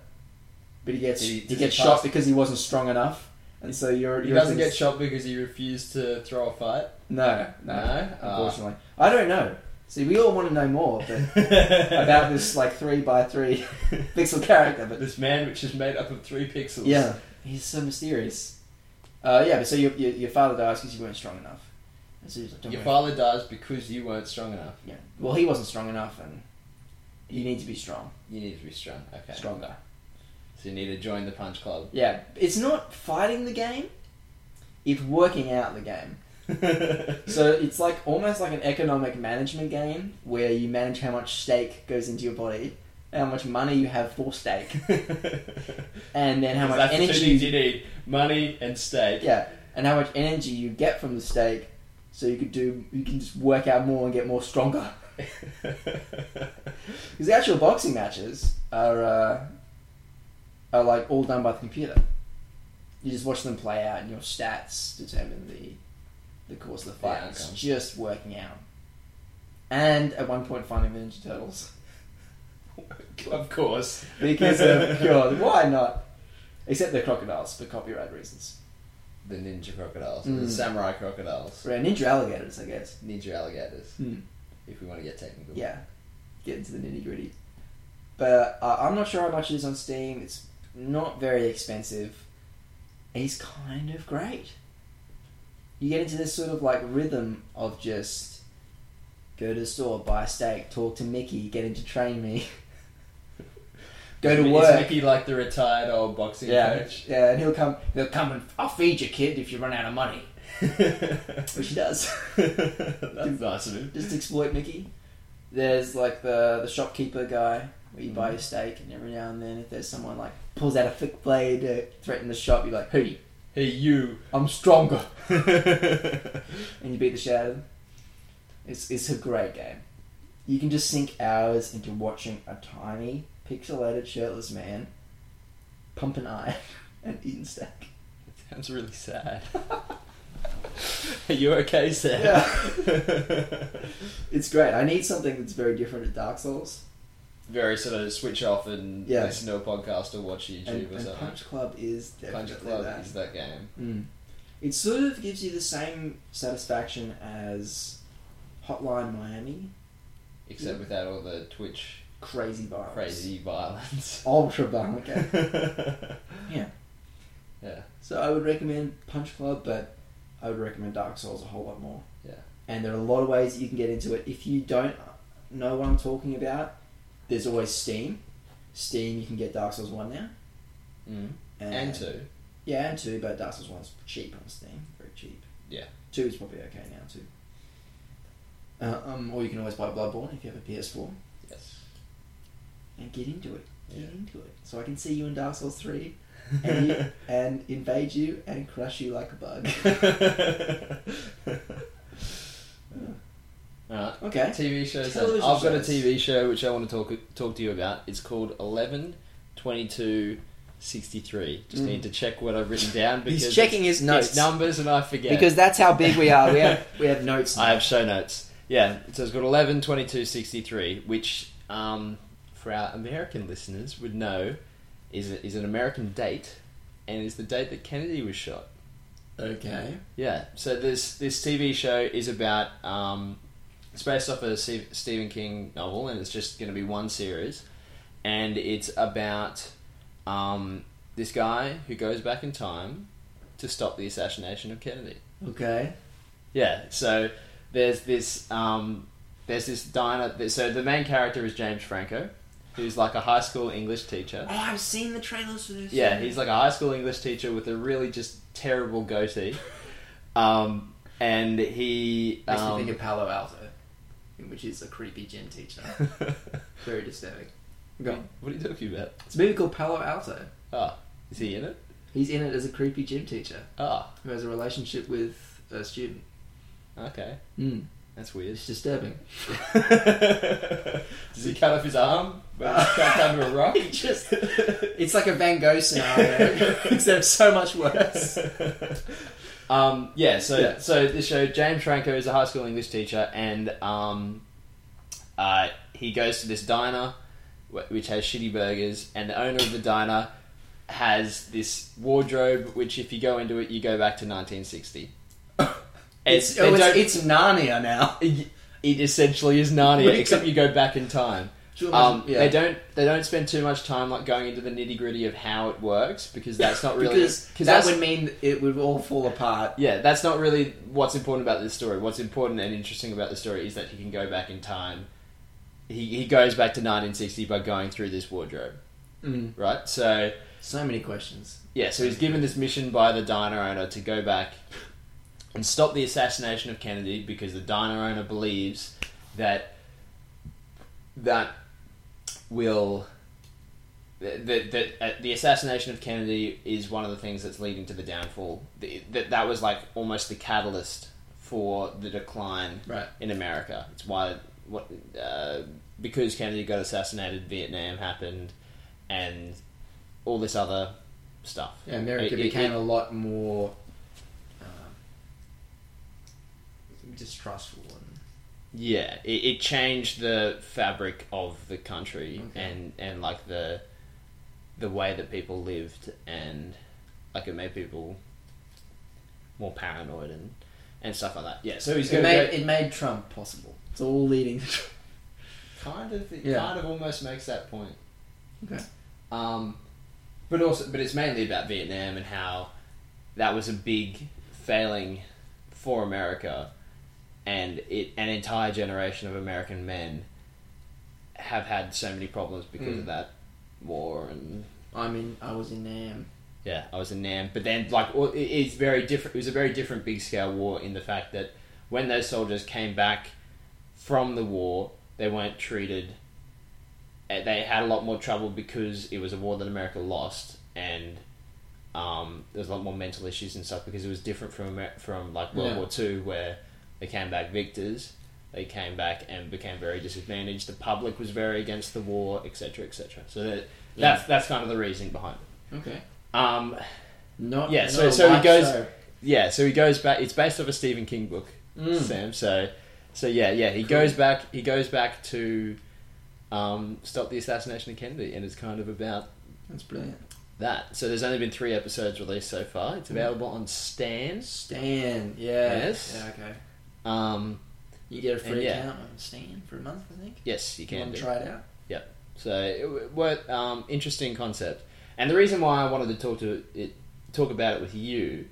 but he gets Did he- he, did he gets pass- shot because he wasn't strong enough, and so you're, He you're doesn't get shot because he refused to throw a fight. no, no, No? Ah. unfortunately. I don't know. See, we all want to know more but about this like three by three pixel character, but This man, which is made up of three pixels. yeah, he's so mysterious. Uh, yeah, but so your, your, your father dies because you weren't strong enough. And so he's like, "Don't Your worry." father dies because you weren't strong enough. Yeah. Well, he wasn't strong enough, and you need to be strong, You need to be strong. Okay. stronger. So you need to join the punch club. Yeah, it's not fighting the game; it's working out the game. So it's like almost like an economic management game where you manage how much steak goes into your body, how much money you have for steak, and then how much that's the two energy. things you need: money and steak. yeah, and how much energy you get from the steak, so you could do you can just work out more and get more stronger. Because the actual boxing matches are uh, are like all done by the computer. You just watch them play out, and your stats determine the the course of the fight. The it's outcome. just working out. And at one point, finding the Ninja Turtles of course. because of God, why not? Except they're crocodiles for copyright reasons. The ninja crocodiles, Mm. the samurai crocodiles, Or ninja alligators, I guess. ninja alligators. Hmm. If we want to get technical. Yeah, get into the nitty gritty. But uh, I'm not sure how much it is on Steam. It's not very expensive. And It's kind of great. You get into this sort of like rhythm of just Go to the store, buy a steak, talk to Mickey, get him to train me. Go to Is work. Mickey like the retired old boxing Yeah, coach? yeah, and he'll come. He'll come and I'll feed you, kid, if you run out of money, which he does. That's nice of him. Just exploit Mickey. There's like the the shopkeeper guy where you Mm-hmm. buy your steak, and every now and then, if there's someone like pulls out a thick blade to threaten the shop, you're like, "Hey, Hey, you. I'm stronger," yeah, and you beat the shit out of them. It's it's a great game. You can just sink hours into watching a tiny pixelated shirtless man pump an iron and eating steak. sounds really sad. Are you okay, Sam? It's great. I need something that's very different to Dark Souls. Very sort of switch off and Yeah. listen to a podcast or watch YouTube And, or and something. Punch Club is definitely Punch Club that. is that game. Mm. It sort of gives you the same satisfaction as Hotline Miami, Except Yeah. without all the Twitch crazy violence, crazy violence. ultra violent game. Yeah. Yeah. so I would recommend Punch Club, but I would recommend Dark Souls a whole lot more. Yeah. and there are a lot of ways you can get into it. If you don't know what I'm talking about, there's always Steam. Steam, you can get Dark Souls One now, Mm. And two. Yeah, and two, but Dark Souls one's cheap on Steam, very cheap. Yeah. two is probably okay now too. Uh, um, or you can always buy Bloodborne if you have a PS4 Yes. and get into it. Get Yeah. into it, so I can see you in Dark Souls three and, you, and invade you and crush you like a bug. Alright. Uh, Okay, TV shows. then. Television I've got a shows. TV show which I want to talk talk to you about. It's called Eleven Twenty Two Sixty Three. Just Mm. need to check what I've written down because he's checking his it's notes numbers and I forget because that's how big we are. We have we have notes. I have show notes. Yeah, so it's got 11, 22, 63, which um, for our American listeners would know is, is an American date and is the date that Kennedy was shot. Okay. Yeah. So this this TV show is about um, it's based off a Se- Stephen King novel, and it's just going to be one series, and it's about um, this guy who goes back in time to stop the assassination of Kennedy. Okay. Yeah. So there's this um, there's this diner. So the main character is James Franco, who's like a high school English teacher. Oh, I've seen the trailers for this. Yeah, he's like a high school English teacher with a really just terrible goatee. Um, and he. Makes um, me think of Palo Alto, which is a creepy gym teacher. Very disturbing. Go on. um, What are you talking about? It's a movie called Palo Alto. Ah, is he in it? He's in it as a creepy gym teacher Ah, who has a relationship with a student. okay. Mm. That's weird. It's disturbing. Does he cut off his arm? But he's trapped under a rock? It just- It's like a Van Gogh scenario, except so much worse. um, yeah, so Yeah. so this show, James Franco is a high school English teacher, and um, uh, he goes to this diner wh- which has shitty burgers, and the owner of the diner has this wardrobe which, if you go into it, you go back to 1960. It's, they oh, it's, don't- it's Narnia now. it it essentially is Narnia, Really? except you go back in time. Sure, Um, yeah. They don't they don't spend too much time like going into the nitty gritty of how it works because that's not really because that that's- would mean it would all fall apart. yeah, that's not really what's important about this story. What's important and interesting about the story is that he can go back in time. He, he goes back to 1960 by going through this wardrobe, Mm. right? So, So many questions. yeah, so he's given this mission by the diner owner to go back and stop the assassination of Kennedy because the diner owner believes that that will that, that, that uh, the assassination of Kennedy is one of the things that's leading to the downfall. The- That that was like almost the catalyst for the decline Right. in America. It's why what uh, because Kennedy got assassinated, Vietnam happened, and all this other stuff. Yeah, America It- it- became it- a lot more um, distrustful. And, yeah, it, it changed the fabric of the country Okay. and and like the the way that people lived and like it made people more paranoid and and stuff like that. Yeah, so he's it, going made, to it made Trump possible. It's all leading. to Trump. kind of it Yeah. kind of almost makes that point. Okay. Um, but also, but it's mainly about Vietnam and how that was a big failing for America, and it an entire generation of American men have had so many problems because Mm. of that war and I mean, I was in Nam. yeah, I was in Nam. But then, like, well, it- it's very different. It was a very different big scale war in the fact that when those soldiers came back from the war, they weren't treated. eh, They had a lot more trouble because it was a war that America lost, and um, there was a lot more mental issues and stuff because it was different from Amer- from like World Yeah. War Two, where they came back victors. They came back and became very disadvantaged. The public was very against the war, etc., etc. So that, that's that's kind of the reasoning behind it. Okay. Um, Not Yeah, not so- a so he live goes- show. yeah, so he goes back. It's based off a Stephen King book, Mm. Sam. So, so yeah, yeah, he goes back. He goes back to um, stop the assassination of Kennedy, and it's kind of about That's brilliant. that. So there's only been three episodes released so far. It's Mm. available on Stan. Stan. Yeah. Yes. Yeah. Okay. Um, You get a And free yeah. account on Stan for a month, I think. yes, you You can want do. to try it out? So, it, what um, interesting concept. And the reason why I wanted to talk to it, talk about it with you,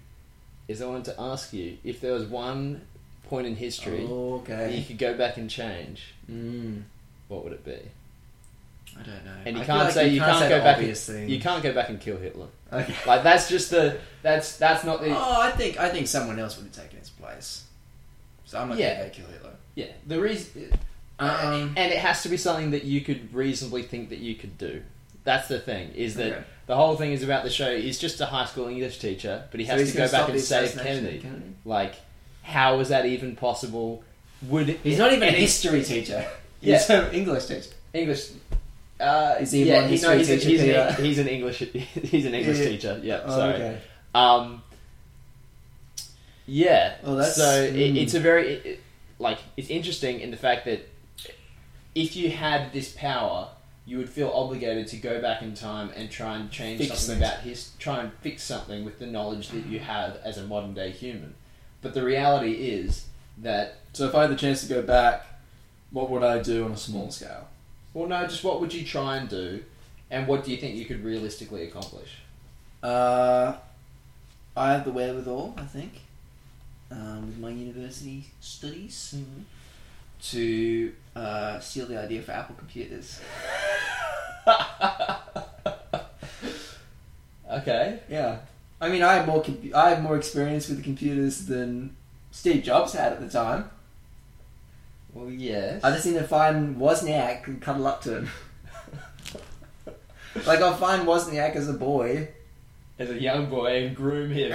is I wanted to ask you if there was one point in history Oh, that you Okay. could go back and change. Mm, What would it be? I don't know. And you I feel can't like say- you can't say go the back obvious thing. You can't go back and kill Hitler. Okay. Like that's just the that's that's not the Oh, I think I think someone else would have taken his place. So I'm not Yeah. Uh-uh. gonna go kill Hitler. yeah the reason. Um, and it has to be something that you could reasonably think that you could do. That's the thing is that Okay. the whole thing is about the show. He's just a high school English teacher, but he So has he's to gonna go back stop and the save assassination Kennedy. of Kennedy? Like, how is that even possible? Would He's not even a and he's- history teacher. Yeah. He's an English teacher. English? Uh, Is he yeah, one he- history no, he's, a- teacher, he's an, Peter? he's an English he's an English Yeah. teacher. Yeah, Oh, sorry. okay. Um, yeah. Well, that's- so it, mm. it's a very it, it- like it's interesting in the fact that if you had this power, you would feel obligated to go back in time and try and change Fix something things. about his try and fix something with the knowledge that you have as a modern day human. But the reality is that So if I had the chance to go back, what would I do on a small scale? well, no, just what would you try and do, and what do you think you could realistically accomplish? Uh, I have the wherewithal, I think, um, with my university studies, to uh, steal the idea for Apple computers. Okay. Yeah, I mean, I have more com- I have more experience with computers than Steve Jobs had at the time. Well, yes. I just need to find Wozniak and cuddle up to him. like I'll find Wozniak as a boy. as a young boy and groom him.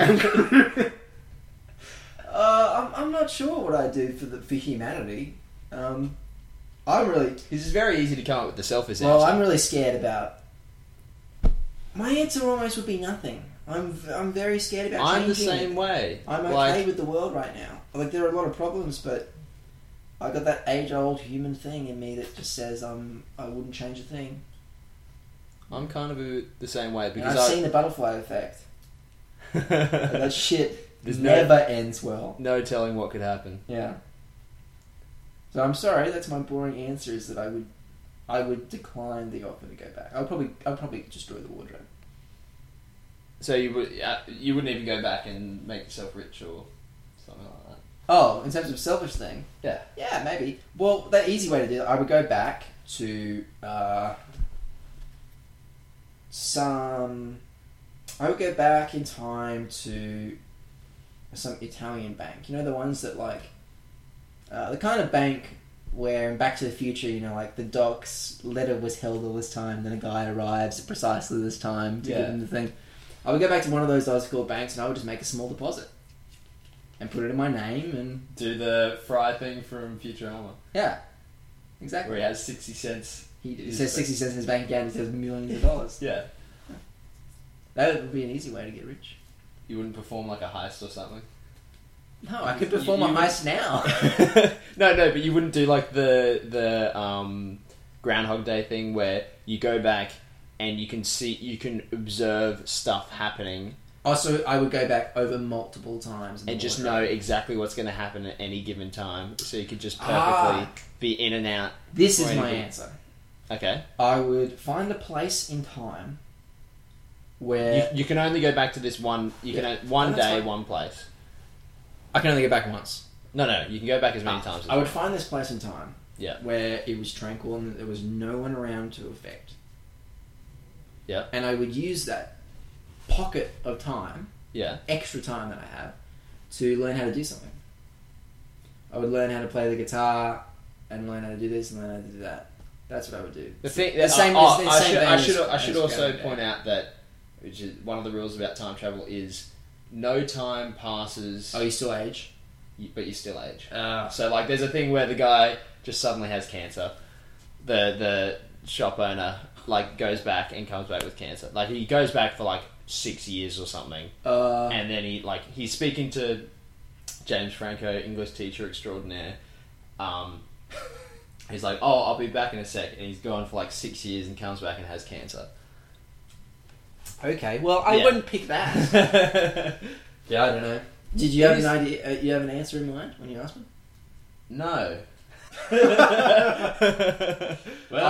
uh, I'm, I'm not sure what I do for the for humanity. Um, I'm really This is very easy to come up with the selfish well. answer. I'm really scared about. My answer almost would be nothing. I'm I'm very scared about. I'm the changing it. same way. I'm okay like, with the world right now. Like there are a lot of problems, but I got that age-old human thing in me that just says I'm I wouldn't change a thing. I'm kind of a, the same way And because I've I, seen the butterfly effect. And that shit There's no- never ends well. no telling what could happen. Yeah. So I'm sorry. That's my boring answer. Is that I would I would decline the offer to go back. I'll probably I'll probably destroy the wardrobe. So you would uh, you wouldn't even go back and make yourself rich or something like that. Oh, in terms of selfish thing. Yeah. Yeah, maybe. Well, the easy way to do it, I would go back to uh, some. I would go back in time to some Italian bank. You know, the ones that like uh, the kind of bank where in Back to the Future, you know, like the doc's letter was held all this time, then a guy arrives at precisely this time to Yeah. give him the thing. I would go back to one of those old school banks and I would just make a small deposit and put it in my name and Do the fry thing from Futurama yeah, exactly. where he has sixty cents. He, he His says bank- 60 cents in his bank account, he says millions of dollars. Yeah. That would be an easy way to get rich. You wouldn't perform like a heist or something. No, I could You- perform you- a heist now. no, no, but you wouldn't do like the the um, Groundhog Day thing where you go back and you can see you can observe stuff happening also, I would go back over multiple times. in the and just know wardrobe. exactly what's going to happen at any given time, so you could just perfectly Ah. be in and out. This Or is my anything. answer. Okay, I would find a place in time where. you, you can only go back to this one. You can Yeah. o- one No, that's day, fine. one place. I can only go back once. No, no, you can go back as many times. As Ah. I would find this place and time. Yeah. Where it was tranquil and there was no one around to affect. Yeah. And I would use that pocket of time, yeah, extra time that I have, to learn how to do something. I would learn how to play the guitar and learn how to do this and learn how to do that. That's what I would do. the thing. The same oh, as- the I same should, thing I as- should, I as should also Groundhog Day. point out that which is one of the rules about time travel is no time passes, Oh, you still age? you- but you still age. Uh, So like, there's a thing where the guy just suddenly has cancer. The the shop owner like goes back and comes back with cancer. Like he goes back for like six years or something, uh, and then he like he's speaking to James Franco, English teacher extraordinaire. Um, he's like, "Oh, I'll be back in a sec," and he's gone for like six years and comes back and has cancer. okay. Well, I Yeah. wouldn't pick that. yeah, I don't know. Did you have It an idea? Uh, you have an answer in mind when you asked me? No. Well, I-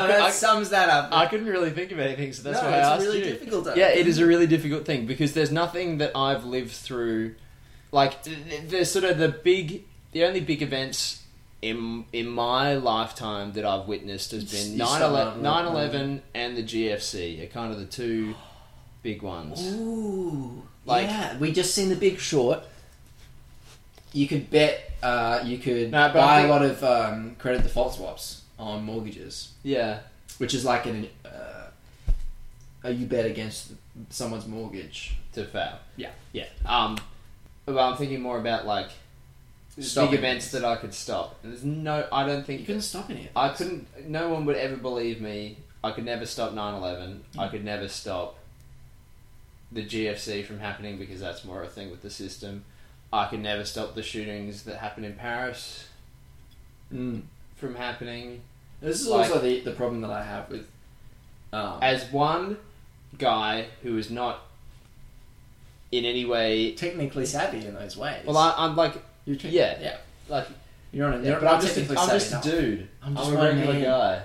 that I- sums that up. I couldn't really think of anything, so that's no, why I it's asked really you. difficult. I Yeah, think. it is a really difficult thing because there's nothing that I've lived through. Like, th- th- there's sort of the big, the only big events in in my lifetime that I've witnessed has been You 9 start out 11, with- 9 11 and the GFC are kind of the two big ones. Ooh, Like- yeah. We just seen The Big Short. You could bet. Uh, you could No, but I buy think- a lot of um, credit default swaps on mortgages, Yeah, which is like an uh, a you bet against someone's mortgage. to fail. Yeah. yeah. Um, but I'm thinking more about like Stopping big events that I could stop. And there's no, I don't think You couldn't stop any of it. I couldn't. No one would ever believe me. I could never stop 9/11. I could never stop the GFC from happening because that's more a thing with the system. I could never stop the shootings that happened in Paris Mm. from happening. This is Like- also the, the problem that I have with. Um, As one guy who is not in any way, technically savvy in those ways. well, I, I'm like, you're tech- yeah. yeah. like, You're on. A, yeah, you're but not I'm just, technically I'm savvy just a enough. dude. I'm just I'm a one regular man. guy.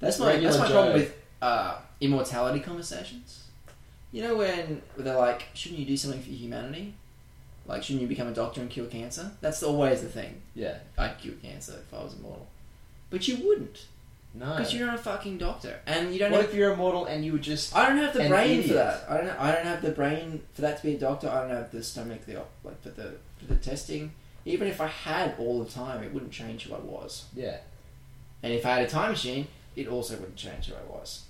That's my Regular that's my Joe. problem with uh, immortality conversations. You know when they're like, shouldn't you do something for humanity? Like, shouldn't you become a doctor and cure cancer? That's always the thing. Yeah, I'd cure cancer if I was immortal, but you wouldn't no. because you're not a fucking doctor, and you don't. what have, if you're immortal and you were just I don't have the an brain E for idiot? that. I don't. I don't have the brain for that to be a doctor. I don't have the stomach, the op- like for the for the testing. Even if I had all the time, it wouldn't change who I was. yeah? And if I had a time machine, it also wouldn't change who I was.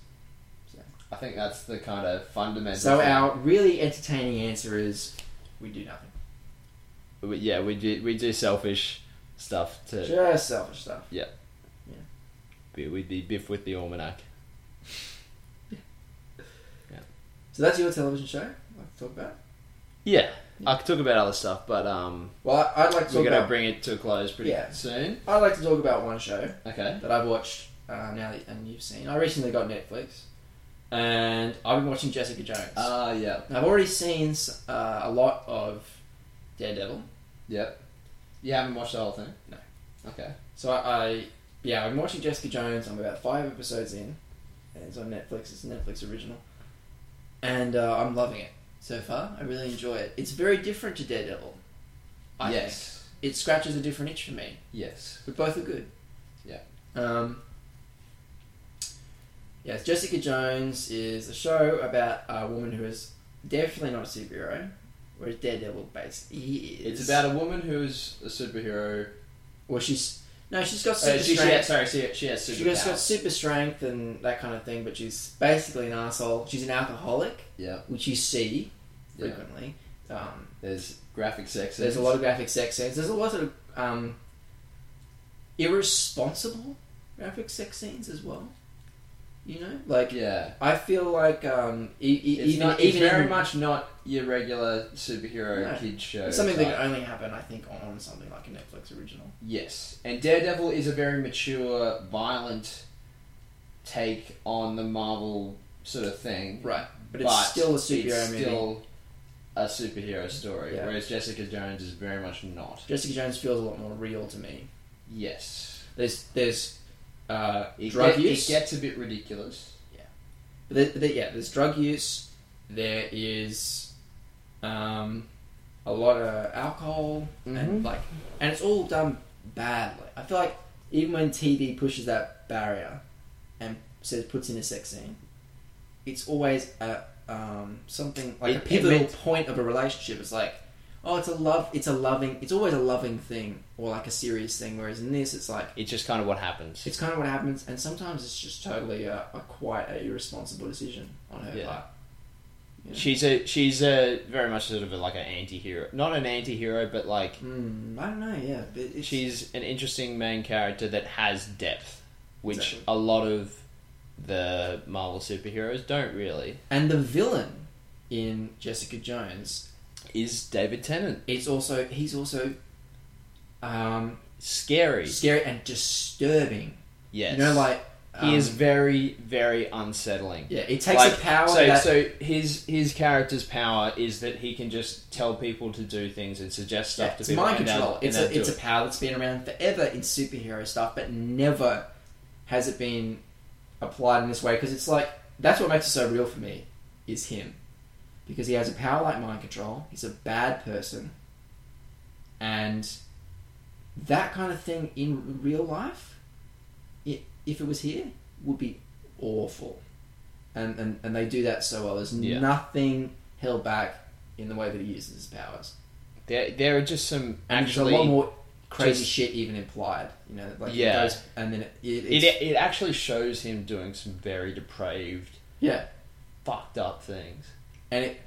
I think that's the kind of fundamental. So thing. our really entertaining answer is we do nothing. We- yeah, we do we do selfish stuff to Just selfish stuff. be we'd be biff with the almanac. So that's your television show. I'd like to talk about. Yeah, I could talk about other stuff, but um, Well, I- I'd like to we're talk gonna about. bring it to a close pretty Yeah. soon. I'd like to talk about one show Okay. that I've watched uh, now that and you've seen. I recently got Netflix, and I've been watching Jessica Jones. Uh yeah, And I've already seen s- uh, a lot of Daredevil, yep. You haven't watched the whole thing? No. Okay. so I, I yeah, I'm watching Jessica Jones. I'm about five episodes in, and it's on Netflix. It's a Netflix original, and uh, I'm loving it so far. I really enjoy it. It's very different to Daredevil. I yes. it scratches a different itch for me. Yes. But both are good. Yeah. Um, yes, Jessica Jones is a show about a woman who is definitely not a superhero, whereas Daredevil based. He is. It's about a woman who is a superhero. Well, she's. No, she's got Uh, super she, she strength. has, sorry, she, she has She's got, got superpowers. super strength and that kind of thing, but she's basically an asshole. She's an alcoholic, Yeah. which you see Yeah. frequently. Um, There's graphic sex. there's a lot of graphic sex scenes. There's a lot of um, irresponsible graphic sex scenes as well. You know, like Yeah. I feel like um, e- e- It's, even not, it's even very in- much not your regular superhero No. kid show. it's something that type. can only happen, I think, on something like a Netflix original. Yes, and Daredevil is a very mature, violent take on the Marvel sort of thing, Right, but it's still a superhero it's movie. still a superhero story. Yeah. Whereas Jessica Jones is very much not. Jessica Jones feels a lot more real to me. Yes, There's there's uh, it, drug get- use. it gets a bit ridiculous. But there, but there- yeah, there's drug use. There is um, a lot of alcohol and Mhm. like, and it's all done badly. I feel like even when TV pushes that barrier and says puts in a sex scene, it's always a um, something like It- a it pivotal meant- point of a relationship. It's like, oh, it's a love, it's a loving, it's always a loving thing or like a serious thing. Whereas in this, it's like It's just kind of what happens. it's kind of what happens, and sometimes it's just totally a, a quite a irresponsible decision on her Yeah. part. yeah. She's a she's a very much sort of a, like an anti-hero. Not an anti-hero, but like Mm, I don't know. Yeah, but it's, she's an interesting main character that has depth, which Exactly. a lot of the Marvel superheroes don't really. and the villain in Jessica Jones. Is David Tennant It's also he's also um, scary? scary and disturbing. Yes, You know, like um, he is very very unsettling. Yeah, it takes Like, a power So, that so his his character's power is that he can just tell people to do things and suggest stuff yeah, to it's people. mind and they'll- control. and It's they'll a do it's a it. power that's been around forever in superhero stuff, but never has it been applied in this way because it's like that's what makes it so real for me is him because he has a power like mind control. He's a bad person, and that kind of thing in real life, i if it was here, would be awful. And, and and they do that so well. There's Yeah. nothing held back in the way that he uses his powers. there, there are just some And actually there's a lot more crazy just- shit even implied. You know, like Yeah. it goes, and then it, it, it, it's, it actually shows him doing some very depraved, yeah, fucked up things. and it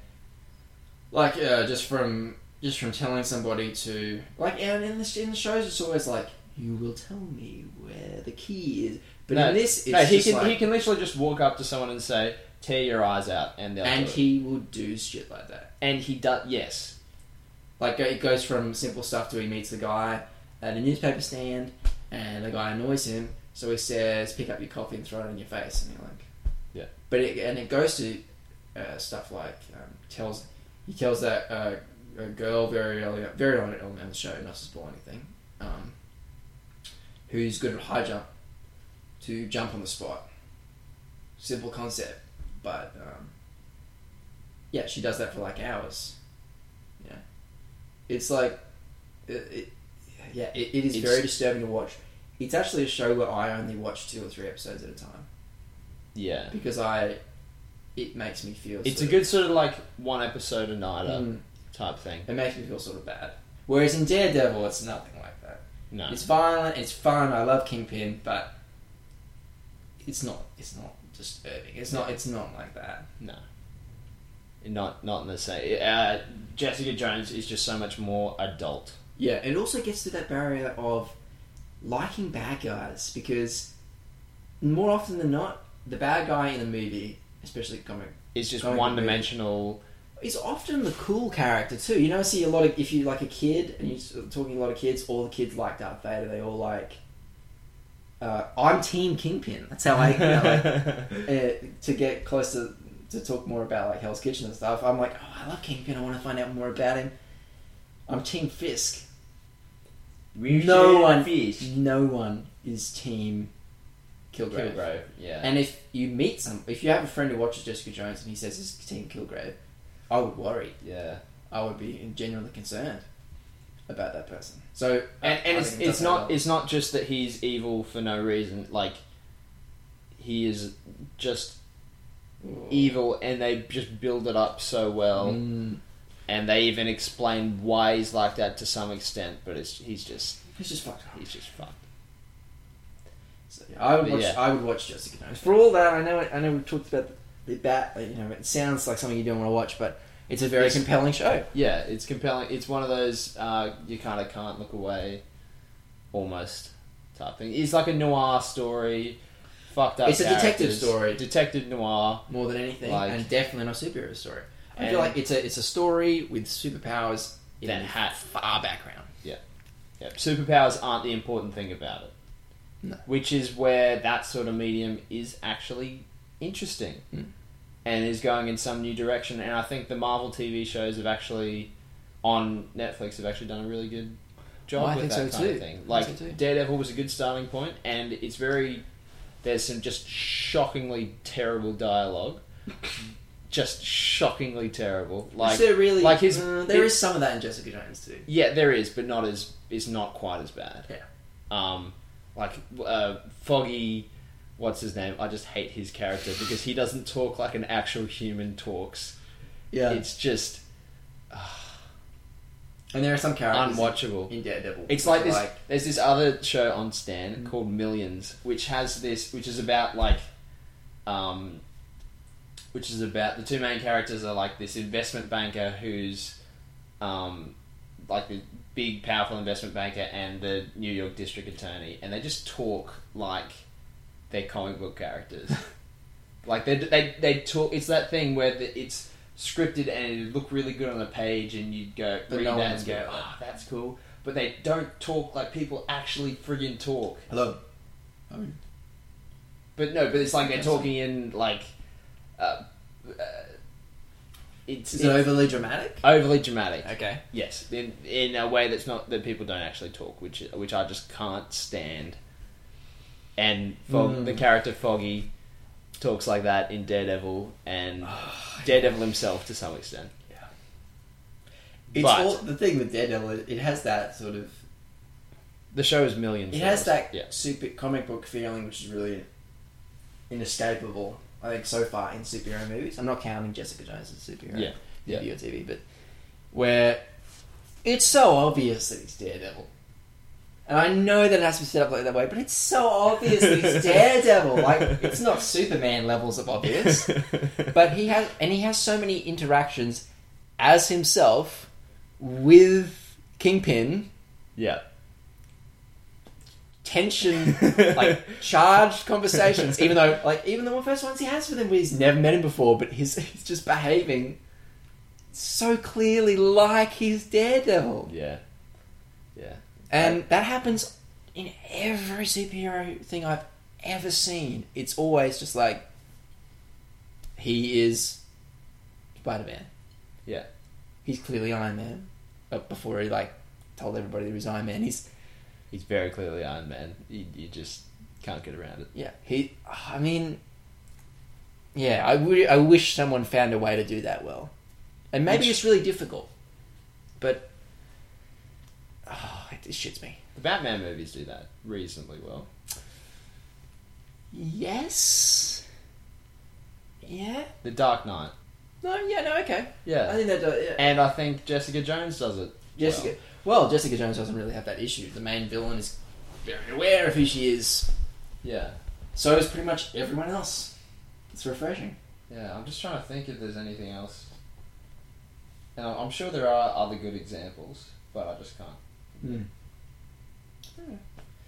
like uh, just from just from telling somebody to like and in the in the shows it's always like you will tell me where the key is, but No, in this it's no, he just can like, he can literally just walk up to someone and say, "Tear your eyes out," and they'll and do it. he will do shit like that. and he does. Yes, Like it goes from simple stuff to he meets the guy at a newspaper stand, and the guy annoys him, so he says, "Pick up your coffee and throw it in your face," and you're like, Yeah. But it, and it goes to uh, stuff like um, tells he tells that uh, a girl very early, very early on in the show, not to spoil anything, um, who's good at high jump, to jump on the spot. Simple concept, but um, yeah, she does that for like hours. Yeah, it's like it, it yeah, it, it is It's- very disturbing to watch. It's actually a show where I only watch two or three episodes at a time yeah. because I it makes me feel It's a sort good sort of like one episode a night of, up Mm, type thing. it makes me feel sort of bad. Whereas in Daredevil, it's nothing like that. No, It's violent, it's fun. I love Kingpin, but it's not. It's not disturbing. It's not. It's not like that. not not in the same. Uh, Jessica Jones is just so much more adult. Yeah, it also gets to that barrier of liking bad guys because more often than not, the bad guy in a movie, especially comic It's just Comic book one dimensional. He's often the cool character too. You know, see a lot of if you like a kid and you're talking to a lot of kids, all the kids like Darth Vader. They all like, uh, I'm Team Kingpin. That's how I you know, like, uh, to get close to to talk more about like Hell's Kitchen and stuff. I'm like, oh, I love Kingpin. I want to find out more about him. I'm Team Fisk. No one, no one is Team Kilgrave. Kilgrave. Yeah. And if you meet some, if you have a friend who watches Jessica Jones and he says he's Team Kilgrave, I would worry. yeah. I would be genuinely concerned about that person. So and, and it's, it's not it's not just that he's evil for no reason like he is just evil and they just build it up so well Mm. and they even explain why he's like that to some extent but it's he's just It's just fucked up. he's just fucked So, yeah, I would But watch. yeah. I would watch Jessica Jones. For all that, I know. I know we talked about the, the bat. You know, it sounds like something you don't want to watch, but it's a very Yes. compelling show. yeah it's compelling it's one of those uh, you kind of can't look away almost type thing it's like a noir story fucked up It's a detective characters, story. detective noir More than anything, Like- and definitely not a superhero story. I And- feel like it's a it's a story with superpowers in That a hat. far background. Yep. Superpowers aren't the important thing about it. No. Which is where that sort of medium is actually interesting Mm. and is going in some new direction. And I think the Marvel TV shows have actually, on Netflix, have actually done a really good job Well, I with think that so kind too. of I thing. think Like, so too. Daredevil was a good starting point, and it's very. There's some just shockingly terrible dialogue. just shockingly terrible. Like, Like there really, like his- uh, there it- is some of that in Jessica Jones too. yeah, there is, but not as it's not quite as bad. Yeah. Um, like uh, Foggy, what's his name? I just hate his character because he doesn't talk like an actual human talks. Yeah, It's just and there are some characters unwatchable. in Daredevil. It's which like are this. There's this other show on Stan Mm-hmm. called Millions, which has this, which is about like, um, which is about the two main characters are like this investment banker who's, um, like the big powerful investment banker and the New York district attorney, and they just talk like they're comic book characters. like they they they talk. It's that thing where the, it's scripted and it look really good on the page, and you go But read no that one's and go, gonna- "Ah, that's cool." But they don't talk like people actually friggin' talk. hello. Oh, But no, but it's like they're Yes. talking in like, uh, uh, it's, is it's it overly dramatic? overly dramatic. Okay. Yes, in in a way that's not that people don't actually talk, which which I just can't stand. And Fog, Mm. the character Foggy talks like that in Daredevil and Oh, Daredevil himself to some extent. It's But- all the thing with Daredevil. It it has that sort of. The show is millions. It has that Yeah. super comic book feeling, which is really inescapable. I think so far in superhero movies. I'm not counting Jessica Jones as a superhero. Yeah, yeah. Video TV, but where it's so obvious that he's Daredevil. And I know that it has to be set up like that way, but it's so obvious that he's Daredevil. Like it's not Superman levels of obvious. but he has and he has so many interactions as himself with Kingpin yeah, tension like charged conversations even though like even the first ones he has with him where he's never met him before but he's, he's just behaving so clearly like he's daredevil yeah, yeah. and that happens in every superhero thing I've ever seen it's always just like he is Spider-Man Yeah. he's clearly Iron Man. But before he like told everybody that he was Iron Man, he's He's very clearly Iron Man. You, you just can't get around it. yeah he. I mean, yeah, I would. I wish someone found a way to do that well, and maybe Which- it's really difficult, but oh, it, it shits me. The Batman movies do that reasonably well. Yes. Yeah. The Dark Knight. No. Yeah. No. Okay. I Yeah. think that. does- Yeah. And I think Jessica Jones does it. Jessica. Well. Jessica Jones doesn't really have that issue. The main villain is very aware of who she is. Yeah. So is pretty much everyone else. It's refreshing. Yeah, I'm just trying to think if there's anything else. And I'm I'm sure there are other good examples, but I just can't. Hmm.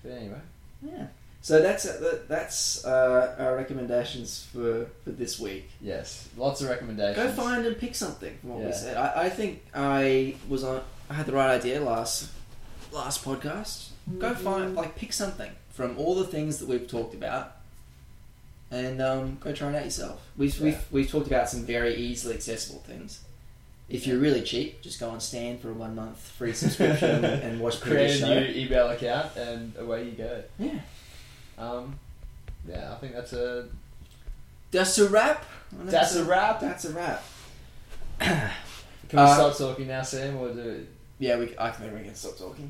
But anyway. Yeah. So that's uh, that's uh, our recommendations for, for this week. Yes, lots of recommendations. Go find and pick something from what we Yeah. said. I, I think I was on. I had the right idea last last podcast. Go Mm-hmm. find like pick something from all the things that we've talked about, and um, go try it out yourself. We've Yeah. we've we've talked about some very easily accessible things. If you're really cheap, just go on Stand for a one month free subscription and watch Create previous a show. new email account, and away you go. Yeah. Um, yeah, I think that's a That's a wrap. that's a wrap. That's Uh, a wrap. Can we Uh, stop talking now, Sam, or do Yeah, we. I think we can stop talking.